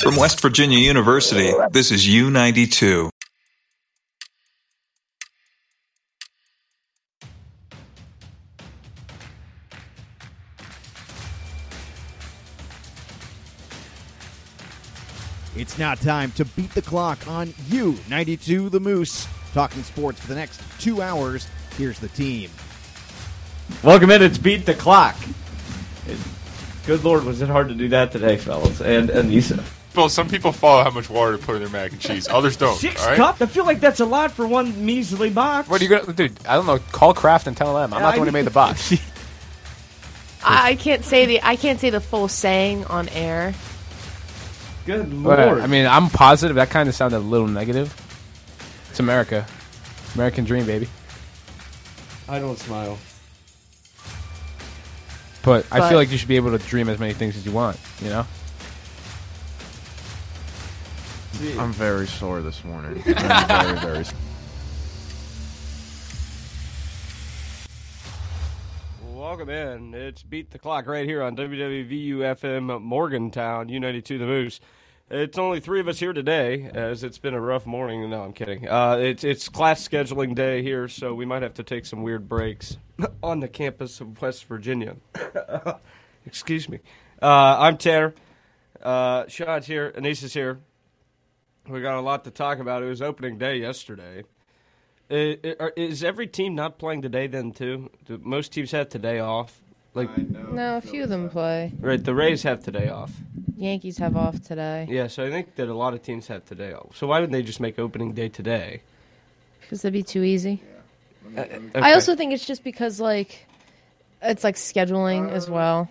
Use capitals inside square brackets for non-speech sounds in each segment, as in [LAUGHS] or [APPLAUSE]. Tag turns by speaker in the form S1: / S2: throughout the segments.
S1: From West Virginia University, this is U92.
S2: It's now time to beat the clock on U92 The Moose, talking sports for the next two hours. Here's the team.
S3: Welcome in. It's beat the clock. It- good lord, was it hard to do that today, fellas and Anissa?
S4: Well, some people follow how much water to put in their mac and cheese. Others don't.
S3: Six
S4: all right?
S3: cups. I feel like that's a lot for one measly box.
S5: What are you gonna, dude? I don't know. Call Kraft and tell them I'm not the one who made the box.
S6: I I can't say the I can't say the full saying on air.
S3: Good lord.
S5: But, I mean, I'm positive that kind of sounded a little negative. It's America, American dream, baby.
S3: I don't smile.
S5: But, I
S6: But-
S5: feel like you should be able to dream as many things as you want. You know,
S7: I'm very sore this morning. I'm very, very.
S3: Welcome in. It's Beat the Clock right here on WWVU FM Morgantown, U92 The Moose. It's only three of us here today, as it's been a rough morning. No, I'm kidding. Uh, it's, it's class scheduling day here, so we might have to take some weird breaks [LAUGHS] on the campus of West Virginia. [COUGHS] Excuse me. Uh, I'm Tanner. Uh, Sean's here. Anissa's here. We got a lot to talk about. It was opening day yesterday. Uh, are- Is every team not playing today then too? Do most teams have today off? Like
S6: No, a few of them play.
S3: right, the Rays have today off.
S6: Yankees have off today
S3: Yeah, so I think that a lot of teams have today off. So why didn't they just make opening day today?
S6: because that'd be too easy.
S3: Okay.
S6: I also think it's just because like it's like scheduling as well.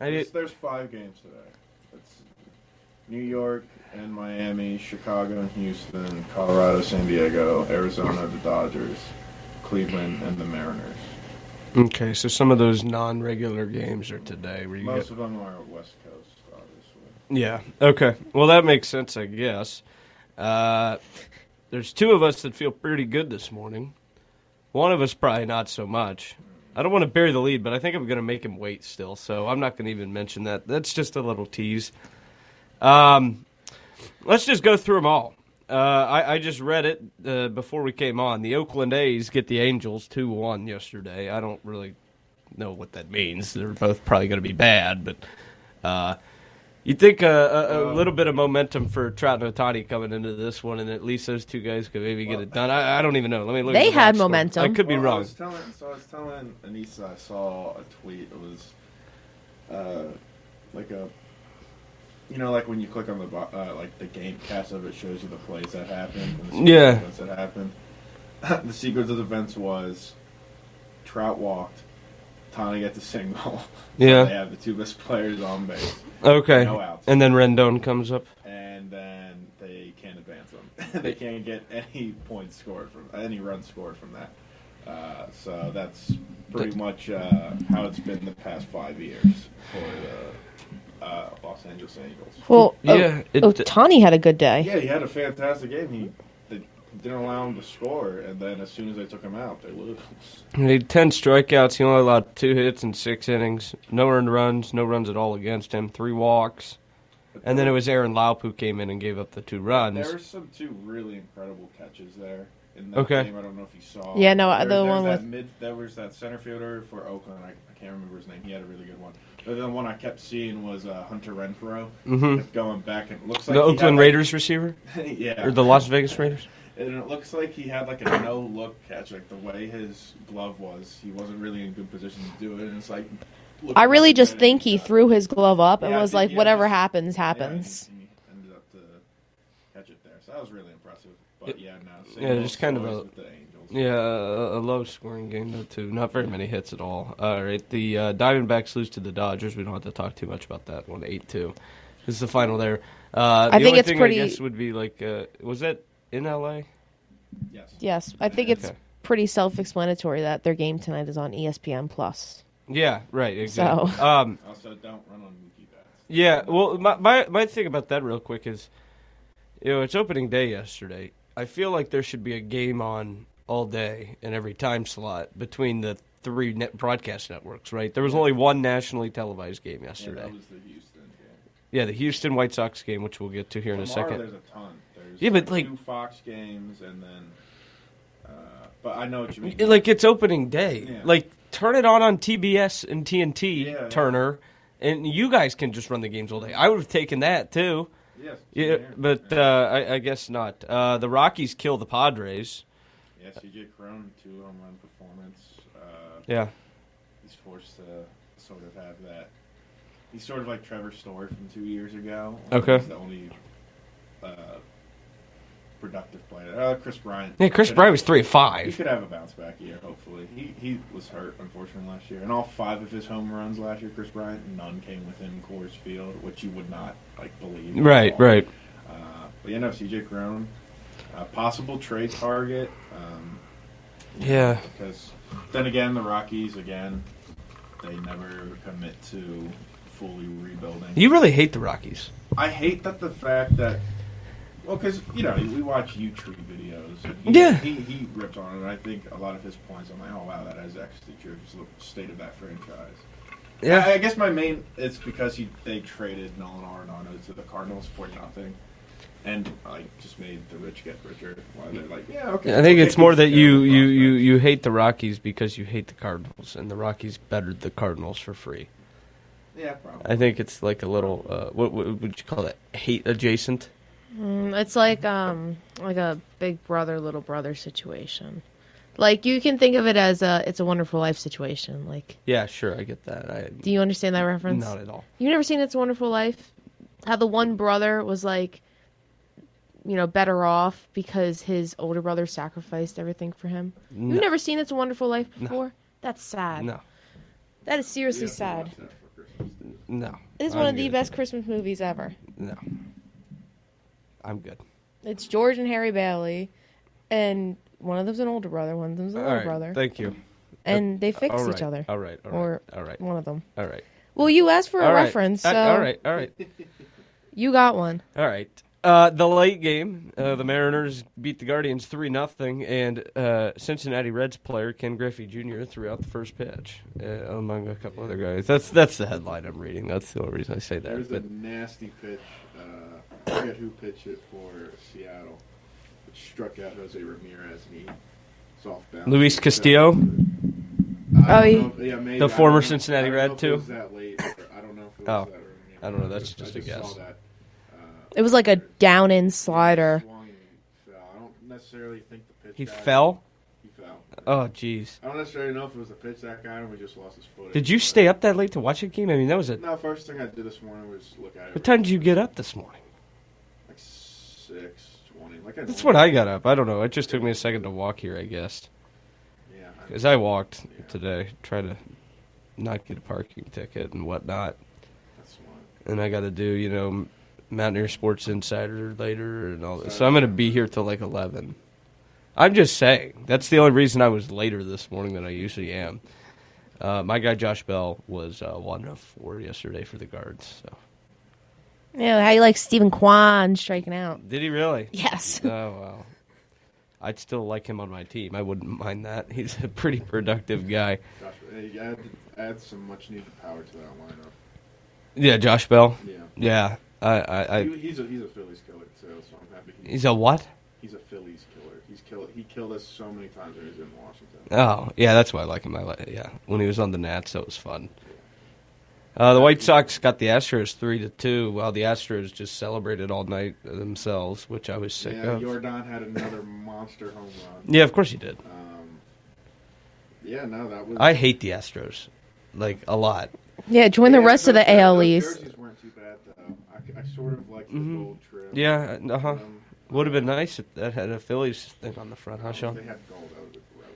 S3: I
S7: There's,
S3: did-
S7: there's five games today. It's New York and Miami, Chicago and Houston, Colorado, San Diego, Arizona, the Dodgers, Cleveland, and the Mariners.
S3: okay, so some of those non-regular games are today. Where you get-
S7: Most of them are West Coast, obviously.
S3: Yeah. Okay. Well, that makes sense, I guess. Uh, there's two of us that feel pretty good this morning. One of us probably not so much. I don't want to bury the lead, but I think I'm going to make him wait still, so I'm not going to even mention that. That's just a little tease. Um, let's just go through them all. Uh, I, I just read it uh, before we came on. The Oakland A's get the Angels 2 1 yesterday. I don't really know what that means. They're both probably going to be bad, but uh, you think uh, a,
S7: Uh,
S3: a, a little bit of momentum for Trout and Otani coming into this one, and at least those two guys could maybe get it done. I, I don't even know. Let me look. at
S6: They
S3: the
S6: had
S3: box score.
S6: momentum.
S3: I could be
S7: Well, I
S3: wrong.
S7: was telling, so I was telling Anissa, I saw a tweet. It was uh, like a, you know, like when you click on the bo- uh, like the game cast of it shows you the plays that happened. And the sequence
S3: Yeah.
S7: of events that happened. [LAUGHS] the sequence of events was Trout walked, Tani got the single. [LAUGHS]
S3: Yeah.
S7: they have the two best players on base,
S3: Okay.
S7: No outs.
S3: and then Rendon comes up.
S7: and then they can't advance them. [LAUGHS] they can't get any points scored from any runs scored from that. Uh, so that's pretty much uh, how it's been the past five years for the uh, Los Angeles Angels.
S6: Well,
S3: Yeah,
S6: yeah,
S3: it-
S6: Otani had a good day.
S7: Yeah, he had a fantastic game. He they didn't allow him to score, and then as soon as they took him out, they lose.
S3: He had 10 strikeouts. He only allowed two hits in six innings. No earned runs, no runs at all against him, three walks. And then it was Aaron Laup who came in and gave up the two
S7: There were
S3: runs.
S7: some two really incredible catches there. In that
S3: Okay.
S7: Game. I don't know if you saw.
S6: Yeah, no, the
S7: there's
S6: one
S7: that
S6: with-
S7: mid, that was that center fielder for Oakland. I, I can't remember his name. He had a really good one. But the one I kept seeing was uh, Hunter Renfro. Kept going back and it looks like
S3: Mm-hmm. The
S7: he had,
S3: Oakland
S7: like-
S3: Raiders receiver?
S7: [LAUGHS] yeah.
S3: Or the Las Vegas Raiders?
S7: And it looks like he had like a no look catch. Like the way his glove was, he wasn't really in good position to do it. And it's like. look
S6: I
S7: at
S6: really
S7: him,
S6: just
S7: and
S6: think he
S7: got-
S6: threw his glove up and
S7: Yeah, I
S6: was
S7: think
S6: like,
S7: he
S6: whatever
S7: just-
S6: happens,
S7: Yeah, and
S6: happens.
S7: he- he ended up to catch it there. So that was really impressive. But yeah, no. same
S3: Yeah,
S7: old
S3: just kind of
S7: stories
S3: a-
S7: with the Angels.
S3: Yeah, a, a low scoring game, though, too. Not very many hits at all. All right, the uh, Diamondbacks lose to the Dodgers. We don't have to talk too much about that one, 8 2. This is the final there. Uh, the
S6: I think
S3: only
S6: it's
S3: thing
S6: pretty-
S3: I guess would be like, uh, was that in LA?
S7: Yes.
S6: Yes, I think it's
S3: Okay.
S6: pretty self-explanatory that their game tonight is on E ESPN Plus.
S3: Yeah, right, exactly.
S6: So-
S3: Um,
S7: Also, don't run on Mookie bats.
S3: Yeah, well, my, my my thing about that real quick is, you know, it's opening day yesterday. I feel like there should be a game on all day in every time slot between the three net broadcast networks. Right? There was only one nationally televised game
S7: Yeah,
S3: yesterday.
S7: that was the Houston game.
S3: Yeah, the Houston White Sox game, which we'll get to here in a
S7: Tomorrow
S3: second.
S7: There's a ton. There's
S3: Yeah, but, like-
S7: two Fox games and then. Uh, but I know what you mean.
S3: It- like it's opening day.
S7: Yeah.
S3: Like turn it on on TBS and TNT
S7: Yeah, yeah.
S3: Turner, and you guys can just run the games all day. I would have taken that too.
S7: yes,
S3: Yeah,
S7: same here.
S3: but uh, I, I guess not. Uh, the Rockies kill the Padres.
S7: yeah, CJ Crone two home run performance. Uh,
S3: Yeah,
S7: he's forced to sort of have that. He's sort of like Trevor Story from two years ago.
S3: Okay.
S7: He's the only uh, productive player. Uh, Chris Bryant.
S3: yeah. Chris
S7: could-
S3: Bryant was three of
S7: He
S3: five.
S7: could have a bounce back year, hopefully. He he was hurt, unfortunately, last year. And all five of his home runs last year, Chris Bryant, none came within Coors Field, which you would not like believe. at
S3: Right,
S7: all.
S3: right.
S7: Uh, but you know, CJ Crone, uh, possible trade target. Um,
S3: Yeah,
S7: because then again, the Rockies again, they never commit to fully rebuilding.
S3: you really hate the Rockies.
S7: I hate that the fact that. Well, because you know we watch YouTube videos. And he,
S3: Yeah.
S7: He, he ripped on it. And I think a lot of his points. I'm like, oh wow, that is actually true. Just look at the state of that franchise. Yeah. I, I guess my main it's because he they traded Nolan Arenado to the Cardinals for nothing, and I just made the rich get richer. While they're like, yeah, okay.
S3: I think
S7: we'll
S3: it's
S7: take
S3: more that
S7: these
S3: you,
S7: terrible
S3: you, you,
S7: prospects.
S3: you hate the Rockies because you hate the Cardinals, and the Rockies bettered the Cardinals for free.
S7: Yeah, probably.
S3: I think it's like a little uh, what, what would you call that? Hate adjacent.
S6: It's like um like a big brother little brother situation. Like you can think of it as a it's a wonderful life situation. Like
S3: Yeah, sure, I get that. I
S6: do you understand that reference?
S3: not at all.
S6: You never seen It's a Wonderful Life? How the one brother was like you know better off because his older brother sacrificed everything for him.
S3: No.
S6: You've never seen It's a Wonderful Life before? That's sad.
S3: No,
S6: That is seriously sad.
S3: no.
S6: It is
S3: I'm
S6: one of the
S3: good.
S6: best Christmas movies ever.
S3: No, I'm good.
S6: It's George and Harry Bailey, and one of them's an older brother, one of them's a little brother,
S3: Thank you.
S6: and they fix
S3: All right,
S6: each other.
S3: All right. All right.
S6: or
S3: all right.
S6: one of them.
S3: All right.
S6: Well, you asked for a
S3: all right.
S6: reference, so
S3: I- all right. All right.
S6: you got one.
S3: All right. Uh, the late game, uh, the Mariners beat the Guardians three nothing, and uh, Cincinnati Reds player Ken Griffey Jr. threw out the first pitch, uh, among a couple other guys. That's that's the headline I'm reading. That's the only reason I say
S7: There's
S3: that.
S7: a
S3: But
S7: nasty pitch. Uh, I forget who pitched it for Seattle, which struck out Jose Ramirez and he soft bounce.
S3: Luis Castillo?
S7: I
S6: Oh,
S7: don't
S6: he-
S7: know if- yeah, maybe.
S3: The
S7: I don't
S3: former
S7: know-
S3: Cincinnati
S7: I don't
S3: Red,
S7: know if
S3: too?
S7: It was that late. Or, I don't know if it was
S3: Oh.
S7: that. Or, yeah,
S3: I don't know, that's just a
S7: I
S3: guess.
S7: Saw that. Uh,
S6: It was like a down in slider.
S7: swung and he fell. I don't necessarily think the pitch.
S3: he
S7: guy-
S3: fell.
S7: He fell.
S3: Oh, jeez.
S7: I don't necessarily know if it was the pitch that guy or we just lost his footage.
S3: Did you
S7: but-
S3: stay up that late to watch a game? I mean, that was it.
S7: No, first thing I did this morning was look at it.
S3: What time did you get up this morning?
S7: Like six twenty. Like I
S3: That's when I got up. I don't know. It just took me a second to walk here, I guess.
S7: Yeah. I-
S3: Because I walked today, trying to not get a parking ticket and whatnot.
S7: That's smart.
S3: And I got to do, you know, Mountaineer Sports Insider later and all this. So I'm going to be here till like 11. I'm just saying. That's the only reason I was later this morning than I usually am. Uh, my guy Josh Bell was uh, one of four yesterday for the guards. So
S6: Yeah, how you like Stephen Kwan striking out?
S3: did he really?
S6: Yes.
S3: [LAUGHS] Oh wow. I'd still like him on my team. I wouldn't mind that. [LAUGHS] He's a pretty productive guy.
S7: Josh, hey, add, add some much needed power to that lineup.
S3: Yeah, Josh Bell.
S7: Yeah.
S3: Yeah, I, I, I
S7: He- he's, a, he's a Phillies killer, too, so I'm happy he,
S3: he's a what?
S7: he's a Phillies killer. He's kill, He killed us so many times when he was in Washington.
S3: Oh, yeah, that's why I like him. I like, yeah, when he was on the Nats, that was fun. Uh, the White Sox got the Astros three to two, while the Astros just celebrated all night themselves, which I was sick
S7: yeah,
S3: of.
S7: Jordan had another monster home run.
S3: Yeah, of course he did.
S7: Yeah, no, that was.
S3: I hate the Astros, like a lot.
S6: Yeah, join the
S7: Yeah,
S6: rest of
S7: those-
S6: the AL
S7: those
S6: East.
S7: jerseys weren't too bad, though. I, I sort of liked the gold trim.
S3: Mm-hmm. Yeah, uh huh.
S7: Um,
S3: Would have been nice if that had a Phillies thing on the front, huh,
S7: If
S3: Sean?
S7: they had gold, that would have gross.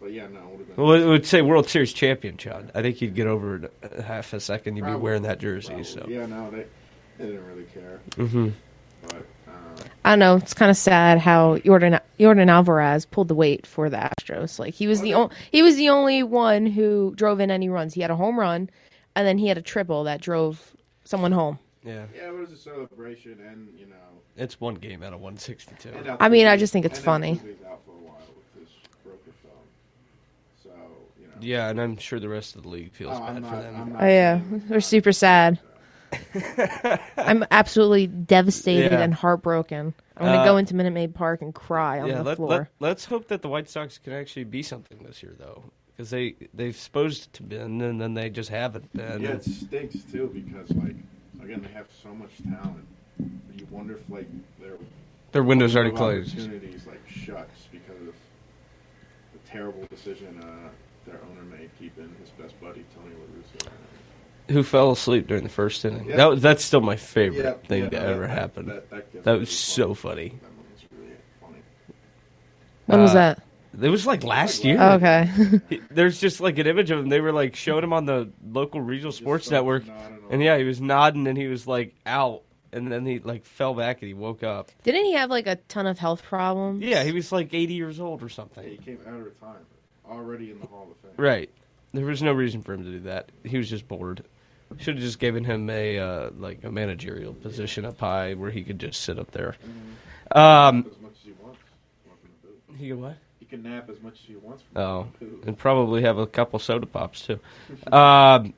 S7: But yeah, no, it would have been.
S3: Well, it would say World Series champion, Sean. I think you'd get over it a half a second. You'd be
S7: Probably.
S3: wearing that jersey.
S7: probably-
S3: So
S7: Yeah, no, they, they didn't really care.
S3: Mm-hmm.
S7: But, uh,
S6: I don't know. It's kind of sad how Jordan Jordan Alvarez pulled the weight for the Astros. Like he was the only he was the only one who drove in any runs. He had a home run, and then he had a triple that drove someone home.
S3: yeah,
S7: yeah, it was a celebration, and, you know.
S3: it's one game out of one sixty-two.
S7: And now
S6: I mean, I
S7: Tubi's-
S6: just think it's
S7: and now
S6: funny.
S7: Tubi's out for a while with his broken thumb. So, you know.
S3: Yeah, and I'm sure the rest of the league feels
S7: Oh,
S3: bad
S7: I'm
S3: for
S7: not-
S3: them.
S7: I'm not
S6: Oh yeah,
S7: saying-
S3: [LAUGHS]
S6: we're super sad. I'm absolutely devastated
S3: Yeah.
S6: and heartbroken. I'm gonna
S3: Uh,
S6: go into Minute Maid Park and cry on the
S3: let,
S6: floor.
S3: us hope that the White Sox can actually be something this year, though, because they they've supposed to been and then they just haven't been.
S7: yeah, it stinks too because like again they have so much talent. You wonder if like their
S3: Their window's already
S7: window of
S3: closed.
S7: Opportunities like shuts because of the terrible decision uh, their owner made keeping his best buddy Tony La Russa.
S3: Who fell asleep during the first inning?
S7: Yeah.
S3: That was- that's still my favorite
S7: Yeah,
S3: thing
S7: yeah,
S3: to
S7: that-
S3: ever
S7: that-
S3: happen. That,
S7: gets
S3: was so
S7: really
S3: funny.
S7: That one was really funny.
S6: when was
S3: uh,
S6: that?
S3: It was like last year.
S6: Oh, Okay. [LAUGHS]
S3: He- [LAUGHS] There's just like an image of him. They were like showing him on the local regional sports
S7: something
S3: network,
S7: nodding off.
S3: and yeah, he was nodding and he was like out, and then he like fell back and he woke up.
S6: Didn't he have like a ton of health problems?
S3: Yeah, he was like 80 years old or something.
S7: Yeah, he came out of retirement already in the Hall of Fame.
S3: Right. There was no reason for him to do that. He was just bored. Should have just given him a uh, like a managerial position up high where he could just sit up there. Um,
S7: As much as he wants. Walk in the booth.
S3: he could what?
S7: He can nap as much as he wants. From
S3: Oh,
S7: the booth.
S3: and probably have a couple soda pops too. Um,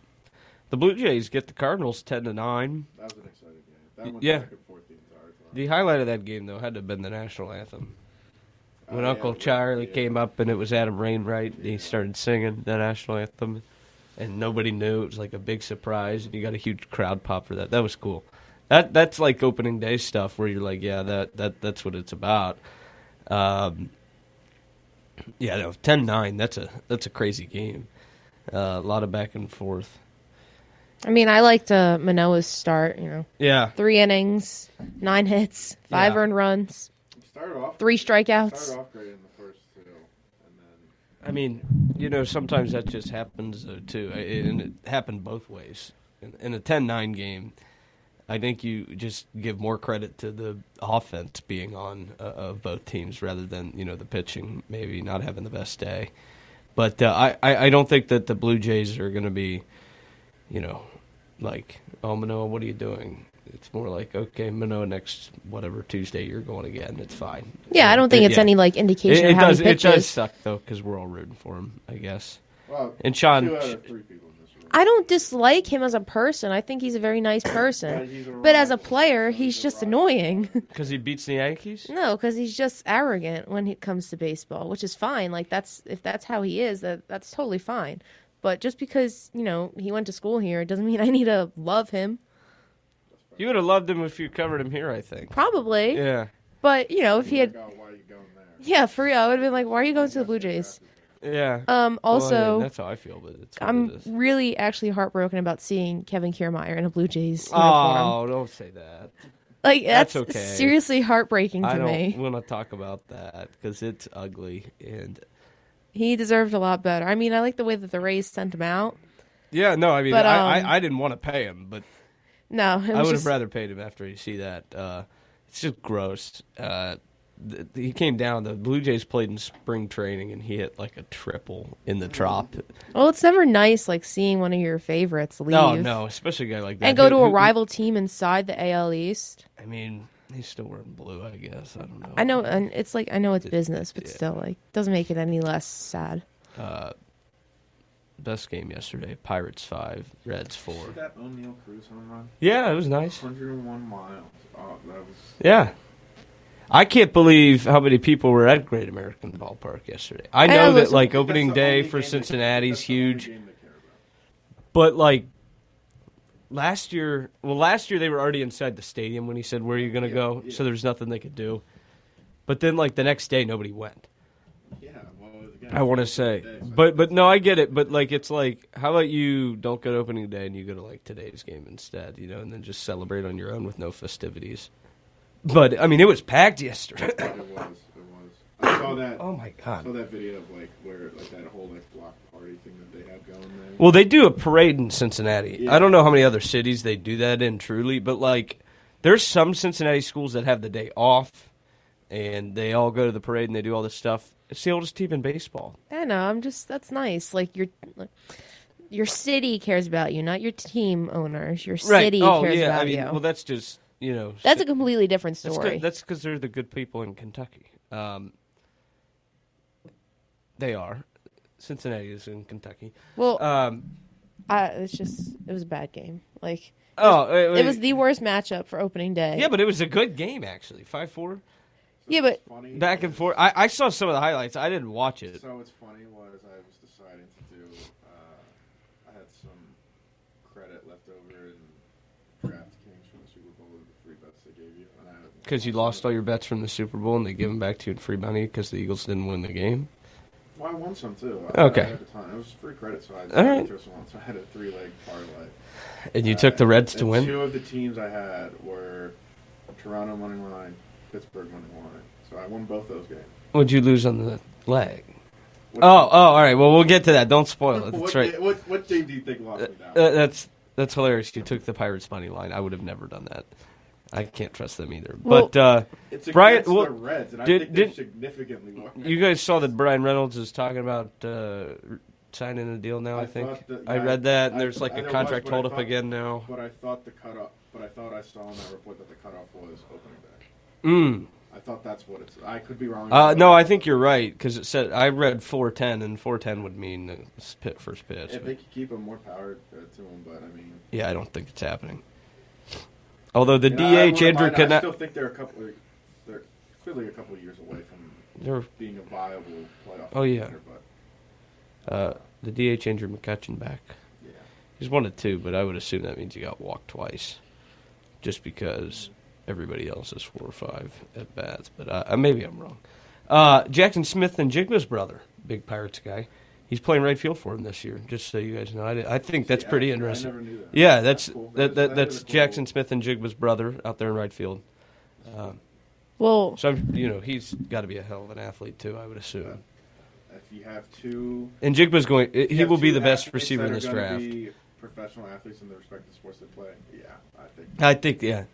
S3: the Blue Jays get the Cardinals ten to nine.
S7: That was an exciting game. That went
S3: Yeah.
S7: back and forth the entire time.
S3: The highlight of that game though had to have been the national anthem.
S7: Oh,
S3: When
S7: yeah,
S3: Uncle
S7: yeah,
S3: Charlie
S7: yeah.
S3: came up and it was Adam Rainwright, and he started singing the national anthem, and nobody knew. It was like a big surprise, and you got a huge crowd pop for that. That was cool. That that's like opening day stuff where you're like, yeah, that that that's what it's about. Um, yeah, no, 10-9, That's a that's a crazy game. Uh, a lot of back and forth.
S6: I mean, I liked uh, Manoa's start. You know,
S3: Yeah,
S6: three innings, nine hits, five
S3: Yeah.
S6: earned runs,
S7: He started off.
S6: three
S7: he
S6: strikeouts.
S7: Started off great in the first two, and then
S3: I mean, you know, sometimes that just happens though, too, I- and it happened both ways. In, in a 10-9 game, I think you just give more credit to the offense being on uh, of both teams rather than you know the pitching maybe not having the best day. But uh, I, I I don't think that the Blue Jays are going to be, you know, like oh Manoa, what are you doing? It's more like okay Manoa, next whatever Tuesday you're going again. It's fine.
S6: Yeah, I don't think
S3: It-
S6: it's
S3: yeah.
S6: any like indication
S3: It,
S6: of
S3: it
S6: how
S3: does.
S6: he
S3: It
S6: pitches.
S3: does suck though because we're all rooting for him. I guess.
S7: well,
S3: And Sean-
S7: Two out of three people in this room.
S6: I don't dislike him as a person. I think he's a very nice person.
S7: he's a
S6: but as a
S7: rival.
S6: player,
S7: He's
S6: he's
S7: a
S6: just
S7: rival.
S6: annoying. [LAUGHS]
S3: Because he beats the Yankees?
S6: no, because he's just arrogant when it comes to baseball, which is fine. Like that's if that's how he is, that that's totally fine. But just because you know he went to school here doesn't mean [LAUGHS] I need to love him.
S3: You would have loved him if you covered him here, I think.
S6: Probably,
S3: Yeah.
S6: but you know if he had,
S7: Like, oh, why are you going there?
S6: yeah, for real, I would have been like, why are you going to the Blue Jays?
S3: Yeah.
S6: Um,
S3: Well, I mean,
S6: also,
S3: that's how I feel, but it's what it
S6: I'm
S3: is.
S6: really actually heartbroken about seeing Kevin Kiermaier in a Blue Jays uniform.
S3: Oh, don't say that.
S6: Like that's,
S3: That's okay.
S6: seriously heartbreaking to
S3: I don't
S6: me.
S3: want to talk about that because it's ugly and.
S6: He deserved a lot better. I mean, I like the way that the Rays sent him out.
S3: Yeah, no, I mean,
S6: But,
S3: I,
S6: um,
S3: I, I didn't want to pay him, but
S6: No, it
S3: I
S6: was
S3: would
S6: just,
S3: have rather paid him after you see that. Uh, it's just gross. Uh, th- he came down. The Blue Jays played in spring training, and he hit like a triple in the drop.
S6: well, it's never nice like seeing one of your favorites leave.
S3: No, no, especially a guy like that.
S6: and go
S3: who-
S6: to a
S3: who-
S6: rival team inside the AL East.
S3: I mean, he's still wearing blue, I guess. I don't know.
S6: I know, and it's like I know it's business, but
S3: yeah.
S6: still, like, doesn't make it any less sad.
S3: Best game yesterday Pirates 5, Reds 4.
S7: See that O'Neill Cruz home run?
S3: Yeah, it was nice.
S7: 101 miles. Oh, that was.
S3: Yeah. I can't believe how many people were at Great American Ballpark yesterday. I know
S6: it
S3: that,
S6: was-
S3: like,
S7: That's
S3: opening
S7: the
S3: day
S7: only
S3: for
S7: game they-
S3: Cincinnati's
S7: that's the only
S3: huge,
S7: game they care about.
S3: but, like, last year, well, last year they were already inside the stadium when he said, Where are you going to
S7: Yeah,
S3: go?
S7: yeah.
S3: So there's nothing they could do. But then, like, the next day, nobody went.
S7: Yeah, well, again,
S3: I want to
S7: it's
S3: say,
S7: day, so-
S3: but but no, I get it. But like, it's like, how about you don't go to opening day and you go to like today's game instead, you know, and then just celebrate on your own with no festivities. But I mean, it was packed yesterday. [LAUGHS]
S7: It was. It was. I saw that.
S3: oh my
S7: saw
S3: god!
S7: that video of like where like that whole like block party thing that they had going there.
S3: Well, they do a parade in Cincinnati.
S7: Yeah.
S3: I don't know how many other cities they do that in, truly, but like, there's some Cincinnati schools that have the day off, and they all go to the parade and they do all this stuff. It's the oldest team in baseball.
S6: I know. I'm just that's nice. Like your your city cares about you, not your team owners. Your city
S3: oh
S6: cares
S3: yeah.
S6: about
S3: I mean,
S6: you.
S3: well, that's just you know.
S6: that's a completely different
S3: That's
S6: story.
S3: good- That's because they're the good people in Kentucky. Um, they are. Cincinnati is in Kentucky.
S6: well,
S3: Um,
S6: I, it's just it was a bad game. Like
S3: Oh, wait,
S6: it
S3: wait.
S6: was the worst matchup for opening day.
S3: yeah, but it was a good game actually. Five four,
S6: yeah, but
S7: Funny.
S3: back and forth. I, I saw some of the highlights. I didn't watch it.
S7: So what's funny was I was deciding to do. Uh, I had some credit left over in DraftKings from the Super Bowl with the free bets they gave you, and I
S3: Because you lost all your bets from the Super Bowl and they give them back to you in free money because the Eagles didn't win the game.
S7: Well, I won some too. I-
S3: Okay.
S7: I had a ton. It was free credit, so I
S3: All right.
S7: threw some on. So I had a three leg parlay.
S3: And
S7: Uh,
S3: you took the Reds to
S7: And
S3: win.
S7: Two of the teams I had were Toronto money line, Pittsburgh money line. So I won both those games.
S3: Would you lose on the leg?
S7: What-
S3: Oh, oh, all right. Well, we'll get to that. Don't spoil it.
S7: what,
S3: Oh, That's right.
S7: What, what, team do you think lost me that?
S3: Uh, that's that's hilarious. You took the Pirates money line. I would have never done that. I can't trust them either.
S6: Well-
S3: but uh,
S7: it's
S3: Brian-
S7: against
S3: well,
S7: the Reds, and
S3: did-
S7: I think they
S3: did-
S7: significantly won.
S3: you guys saw that Brian Reynolds is talking about uh, signing a deal now. I,
S7: I
S3: think
S7: thought that-
S3: I read that, and
S7: I-
S3: there's like
S7: I
S3: a
S7: know
S3: contract
S7: that's what I
S3: holdup
S7: thought.
S3: again now.
S7: But I thought the cutoff. But I thought I saw in that report that the cutoff was opening day.
S3: Mm.
S7: I thought that's what it's. I could be wrong.
S3: Uh, no, I think you're right because it said I read 410, and 410 would mean the s- pit first pitch.
S7: If
S3: but-
S7: they could keep him more power uh, to him, but I mean,
S3: Yeah, I don't think it's happening. Although the
S7: You know, I
S3: DH
S7: wouldn't
S3: Andrew
S7: mind- I still
S3: Cannot,
S7: think they're a couple. They're clearly a couple of years away from
S3: they're-
S7: being a viable playoff.
S3: Oh, yeah.
S7: contender, but
S3: uh, the DH Andrew McCutcheon back.
S7: yeah,
S3: He's one of two, but I would assume that means he got walked twice, just because everybody else is four or five at bats. But uh, uh, maybe I'm wrong. Uh, Jackson Smith and Jigma's brother, big Pirates guy, he's playing right field for him this year. Just so you guys know, I, I think that's
S7: See, I-
S3: pretty
S7: I
S3: interesting.
S7: never knew that.
S3: Yeah, that's
S7: That's cool.
S3: that,
S7: That's-
S3: that,
S7: that's
S3: that's
S7: really cool.
S3: Jackson Smith and Jigma's brother out there in right field. Um,
S6: well,
S3: So I'm, you know he's got to be a hell of an athlete too, I would assume.
S7: if you have two,
S3: And Jigba's going;
S7: you
S3: he
S7: have
S3: will be
S7: two
S3: the best
S7: athletes
S3: receiver
S7: that
S3: in
S7: are
S3: this
S7: gonna
S3: draft.
S7: Be professional athletes in the respective sports they play. Yeah, I think.
S3: I think, yeah.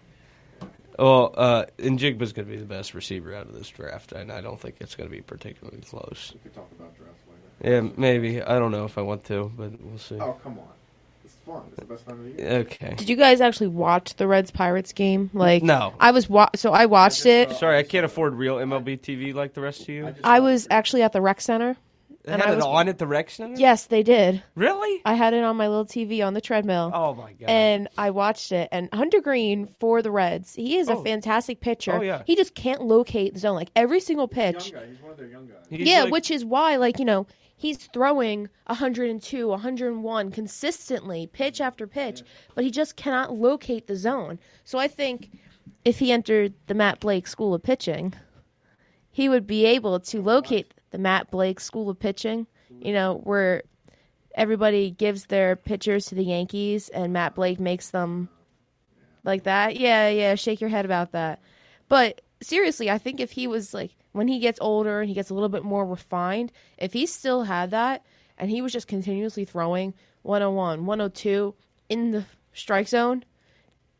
S3: Well, uh, and Jigba's going to be the best receiver out of this draft, and I don't think it's going to be particularly close.
S7: We could talk about drafts later.
S3: Yeah, maybe. I don't know if I want to, but we'll see.
S7: Oh come on, it's fun. It's the best time of the year.
S3: Okay.
S6: did you guys actually watch the Reds Pirates game? Like
S3: No.
S6: I was wa- so I watched it.
S3: Sorry, I can't afford real MLB TV like the rest of you.
S7: just
S6: I
S7: thought-
S6: was actually at the rec center.
S3: They
S6: and
S3: had
S6: I
S3: it
S6: was-
S3: on at the rec center?
S6: Yes, they did.
S3: Really?
S6: I had it on my little TV on the treadmill.
S3: Oh, my God.
S6: And I watched it. And Hunter Green for the Reds, he is
S3: Oh.
S6: a fantastic pitcher.
S3: Oh, yeah.
S6: He just can't locate the zone. Like every single
S7: Young
S6: pitch,
S7: guy. He's one of their young guys.
S3: He's
S6: Yeah,
S3: like-
S6: which is why, like, you know, he's throwing 102, 101 consistently, pitch after pitch, but he just cannot locate the zone. So I think if he entered the Matt Blake School of Pitching, he would be able to locate the Matt Blake School of Pitching, you know, where everybody gives their pitchers to the Yankees and Matt Blake makes them like that. Yeah, yeah, shake your head about that. But seriously, I think if he was like when he gets older and he gets a little bit more refined, if he still had that and he was just continuously throwing 101, 102 in the strike zone,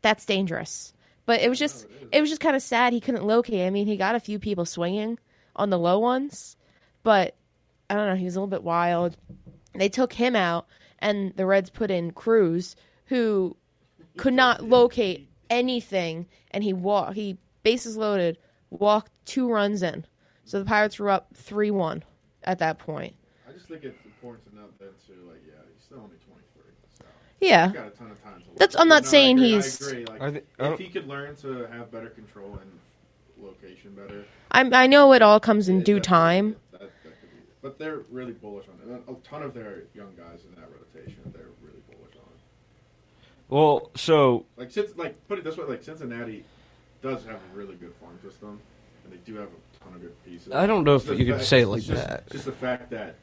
S6: that's dangerous. But it was just it was just kind of sad he couldn't locate. I mean, he got a few people swinging on the low ones, but I don't know, he was a little bit wild. They took him out and the Reds put in Cruz who could not locate anything, and he walked. He bases loaded, walked two runs in. So the Pirates were up three one at that point.
S7: I just think it's important to note that too. Like, yeah, he's still only 23. So
S6: Yeah,
S7: he's got a ton of time to learn.
S6: That's- I'm not
S7: No, I
S6: saying
S7: agree,
S6: he's-
S7: I agree. Like,
S3: Are they- oh. I don't-
S7: if he could learn to have better control and location better,
S6: I'm, I know it all comes in
S7: it
S6: due
S7: definitely-
S6: time.
S7: That, that could be, but they're really bullish on it. A ton of their young guys in that rotation, they're really bullish on.
S3: Well, so
S7: Like, since like put it this way, like Cincinnati does have a really good farm system, and they do have a ton of good pieces.
S3: I don't know if
S7: It's the
S3: you could
S7: fact-
S3: say it
S7: it's
S3: like
S7: just-
S3: that.
S7: Just the fact that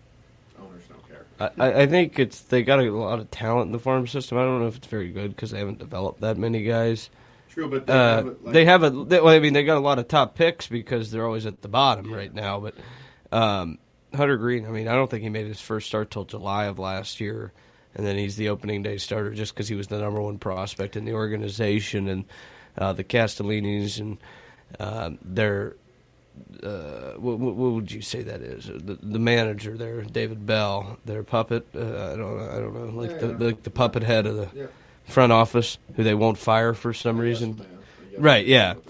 S7: owners don't care.
S3: I, I I think it's they got a lot of talent in the farm system. I don't know if it's very good because they haven't developed that many guys.
S7: True, but they
S3: Uh,
S7: have it, like,
S3: they have a. They, well, I mean, they got a lot of top picks because they're always at the bottom right now. But um, Hunter Green, I mean, I don't think he made his first start till July of last year, and then he's the opening day starter just because he was the number one prospect in the organization and uh, the Castellinis and um their. Uh, what, what what would you say that is? Uh, The, the manager there, David Bell, their puppet. Uh, I don't, I don't know, like the like the puppet head of the
S7: Yeah.
S3: front office, who they won't fire for some
S7: Yes,
S3: reason.
S7: man. Yes,
S3: Right, yeah.
S7: man.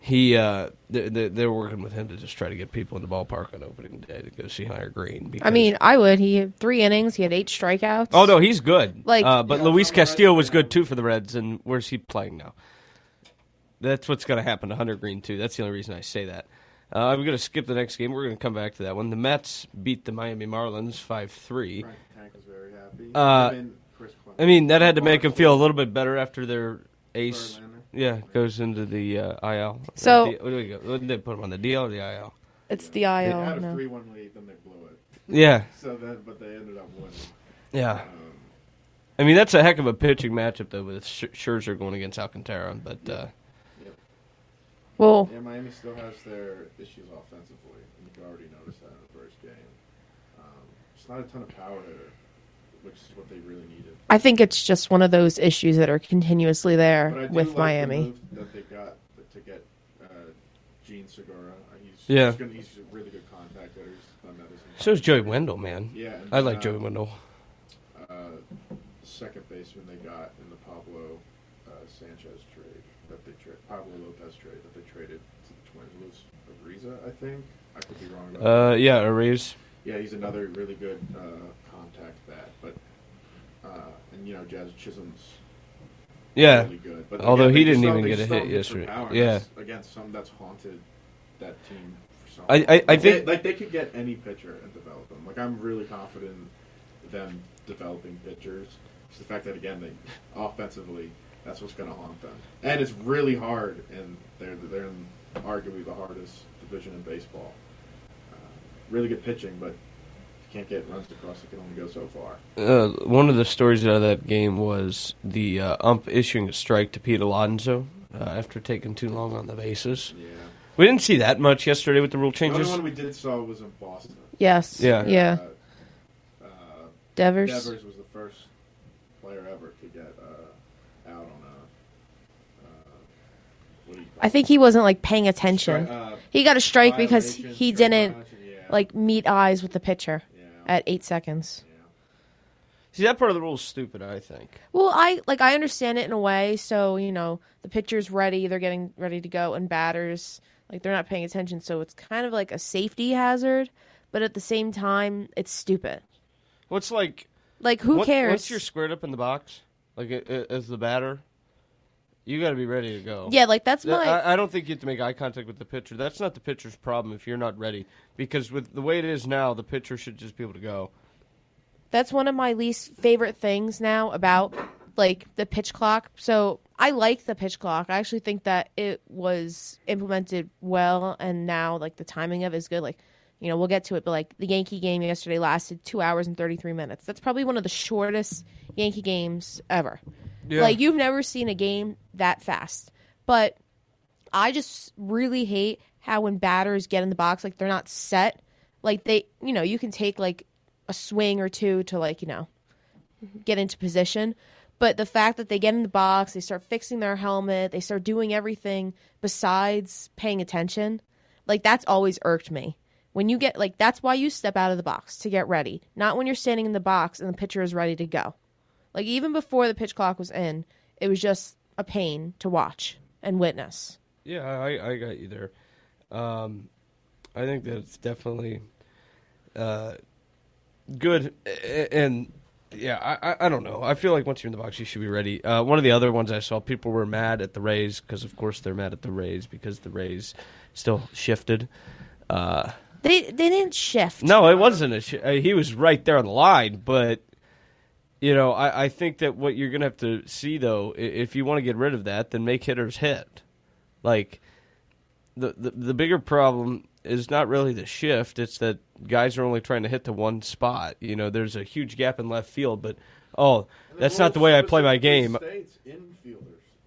S3: he uh, they, they, they're working with him to just try to get people in the ballpark on opening day to go see Hunter Green. Because,
S6: I mean, I would. He had three innings. He had eight strikeouts.
S3: oh no, he's good.
S6: Like-
S3: uh, but Luis Castillo was good too for the Reds, and where's he playing now? That's what's going to happen to Hunter Green too. That's the only reason I say that. Uh, I'm going to skip the next game. We're going to come back to that one. The Mets beat the Miami Marlins five three.
S7: Frank Tank was very happy.
S3: Uh,
S7: Even Chris Clemens.
S3: I mean, that had to make him feel a little bit better after their ace.
S7: Verlander.
S3: Yeah, goes into the uh, IL.
S6: So-
S3: Uh, D- what do we go? Wouldn't they put him on the DL or the IL?
S6: it's the
S7: They
S6: IL.
S7: had a
S6: Oh, no.
S7: three-one lead, then they blew it.
S3: Yeah,
S7: So then, but they ended up winning.
S3: yeah. I mean, that's a heck of a pitching matchup though with Sch- Scherzer going against Alcantara. But uh,
S6: Well,
S7: Yeah, Miami still has their issues offensively. and You already noticed that in the first game. Um, it's not a ton of power hitter, which is what they really needed.
S6: I think it's just one of those issues that are continuously
S7: But I
S6: there
S7: do
S6: with
S7: like the
S6: Miami.
S7: move that they got to get uh, Gene Segura. Uh, He's,
S3: Yeah.
S7: he's, gonna, he's a really good contact hitter. He's not medicine.
S3: so is Joey Wendell, man.
S7: yeah, and,
S3: I like
S7: uh,
S3: Joey Wendell.
S7: uh, second baseman they got in the Pablo uh, Sanchez trade that they traded, Pablo Lopez trade that they traded to the Twins was Ariza, I think. I could be wrong about that.
S3: Uh, yeah, Ariz.
S7: Yeah, he's another really good uh, contact bat, but uh, and you know Jazz Chisholm's
S3: Yeah,
S7: really good. But
S3: Although
S7: again,
S3: he
S7: they just
S3: didn't
S7: don't-
S3: even
S7: they
S3: get
S7: just
S3: a
S7: don't
S3: hit
S7: look for
S3: yesterday.
S7: power.
S3: Yeah.
S7: That's against some that's haunted that team. For some
S3: I- I- I
S7: like they-
S3: think-
S7: like they could get any pitcher and develop them. Like I'm really confident in them developing pitchers. It's the fact that again they offensively that's what's going to haunt them, and it's really hard. And they're they're in arguably the hardest division in baseball. Uh, really good pitching, but if you can't get runs across, it can only go so far.
S3: uh, one of the stories out of that game was the uh, ump issuing a strike to Pete Alonso uh, after taking too long on the bases.
S7: Yeah.
S3: We didn't see that much yesterday with the rule
S7: The only
S3: changes.
S7: one we did saw was in Boston.
S6: Yes.
S3: Yeah.
S6: Yeah.
S7: Uh, uh,
S6: Devers.
S7: Devers was the first player ever to get uh, out on a. Uh, what do you call
S6: I think he wasn't like paying
S7: it?
S6: attention.
S7: Uh,
S6: he got a strike because
S7: violation,
S6: he
S7: strike uh,
S6: didn't
S7: violation, yeah,
S6: like meet eyes with the pitcher
S7: Yeah,
S6: at eight seconds.
S7: yeah.
S3: see, that part of the rule is stupid, I think.
S6: Well, I like I understand it in a way. So you know the pitcher's ready; they're getting ready to go, and batters like they're not paying attention. So it's kind of like a safety hazard, but at the same time, it's stupid.
S3: What's like?
S6: Like who
S3: what-
S6: cares?
S3: Once you're squared up in the box, like a- a- as the batter, you got to be ready to go.
S6: yeah, like that's
S3: Th-
S6: my
S3: I, I don't think you have to make eye contact with the pitcher. That's not the pitcher's problem if you're not ready, because with the way it is now, the pitcher should just be able to go.
S6: that's one of my least favorite things now about like the pitch clock. So I like the pitch clock. I actually think that it was implemented well, and now like the timing of it is good. Like, you know, we'll get to it, but like the Yankee game yesterday lasted two hours and thirty three minutes. That's probably one of the shortest Yankee games ever. Like you've never seen a game that fast. But I just really hate how when batters get in the box, like they're not set. Like they, you know, you can take like a swing or two to like you know get into position. But the fact that they get in the box, they start fixing their helmet, they start doing everything besides paying attention, like that's always irked me. When you get like that's why you step out of the box to get ready, not when you're standing in the box and the pitcher is ready to go. Like even before the pitch clock was in, it was just a pain to watch and witness.
S3: Yeah, I, I got you there. Um, I think that's definitely uh, good. a- And yeah, I, I- I don't know. I feel like once you're in the box, you should be ready. Uh, one of the other ones I saw, people were mad at the Rays because, of course, they're mad at the Rays because the Rays still shifted. Uh,
S6: They they didn't shift.
S3: no, it wasn't a. Sh- uh, he was right there on the line, but you know, I, I think that what you're gonna have to see though, i- if you want to get rid of that, then make hitters hit. Like the, the the bigger problem is not really the shift; it's that guys are only trying to hit to one spot. You know, there's a huge gap in left field, but oh, that's not the way I play my game.
S7: States infielders.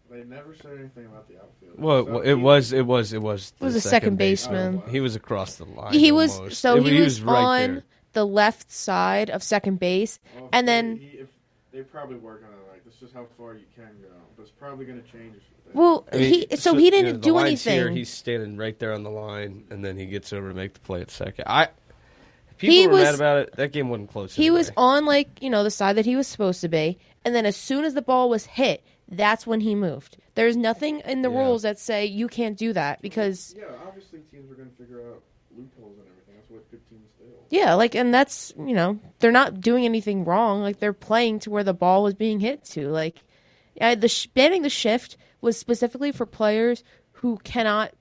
S7: They never said anything about the outfield.
S3: Well, well, it was, it was, it was.
S6: It was a second baseman.
S3: He was across the line.
S6: he was
S3: almost.
S6: so
S3: It-
S6: he, was,
S3: right
S6: on
S3: there.
S6: the left side of second base, and then
S7: Oh, he, if they probably work on it. Like this is how far you can go, but it's probably going to change.
S6: well
S3: I mean,
S6: he so, he
S3: you
S6: didn't
S3: know, the
S6: do
S3: line's
S6: anything.
S3: Here, he's standing right there on the line, and then he gets over to make the play at second. I People
S6: He
S3: were
S6: was-
S3: mad about it. That game wasn't close.
S6: He
S3: anyway.
S6: was on like you know the side that he was supposed to be, and then as soon as the ball was hit, that's when he moved. There's nothing in the
S3: Yeah.
S6: rules that say you can't do that because
S7: Yeah, obviously teams are going to figure out loopholes and everything. That's what good teams do.
S6: yeah, like and that's you know they're not doing anything wrong. Like they're playing to where the ball was being hit to. Like uh, the sh- banning the shift was specifically for players who cannot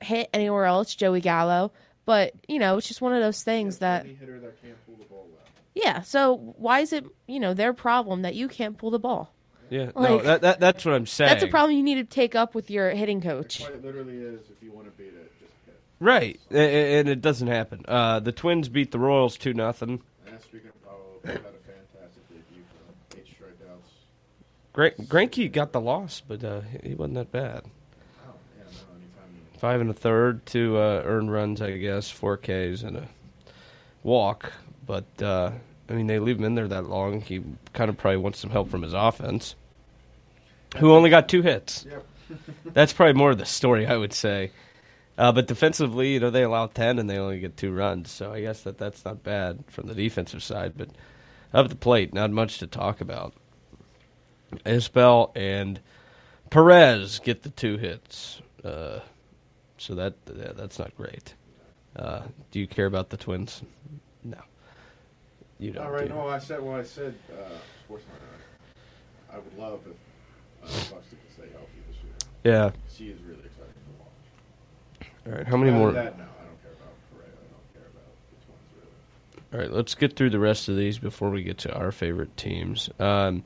S6: hit anywhere else. Joey Gallo. But you know, it's just one of those things that
S7: Any hitter that can't pull the ball out.
S6: yeah. So why is it you know their problem that you can't pull the ball?
S3: Yeah, no,
S6: like-
S3: that, that that's what I'm saying.
S6: That's a problem you need to take up with your hitting coach.
S7: Quite literally is if you want to beat it, just hit.
S3: right? A- a- And it doesn't happen. Uh, the Twins beat the Royals two nothing.
S7: And speaking of Paolo, he had a fantastic uh, debut for them. Eight strikeouts.
S3: Gra- Granke got the loss, but uh, he wasn't that bad.
S7: Oh, yeah, no, anytime you...
S3: Five and a third, two uh, earned runs, I guess, four Ks and a walk. But uh, I mean, they leave him in there that long. He kind of probably wants some help from his offense. Who only got two hits?
S7: Yep.
S3: That's probably more of the story, I would say. Uh, but defensively, you know, they allow ten and they only get two runs, so I guess that that's not bad from the defensive side. But up at the plate, not much to talk about. Isbell and Perez get the two hits, uh, so that yeah, that's not great. Uh, do you care about the Twins? No, you don't.
S7: All right,
S3: do you?
S7: no, I said what I said. Uh, sports night. I would love if uh, Buxton could stay healthy this year.
S3: Yeah.
S7: She is really exciting to watch.
S3: All right. How many
S7: Other
S3: more?
S7: than That, no, I don't care about Correa. I don't care about the Twins,
S3: All
S7: really.
S3: right, let's get through the rest of these before we get to our favorite teams. Um,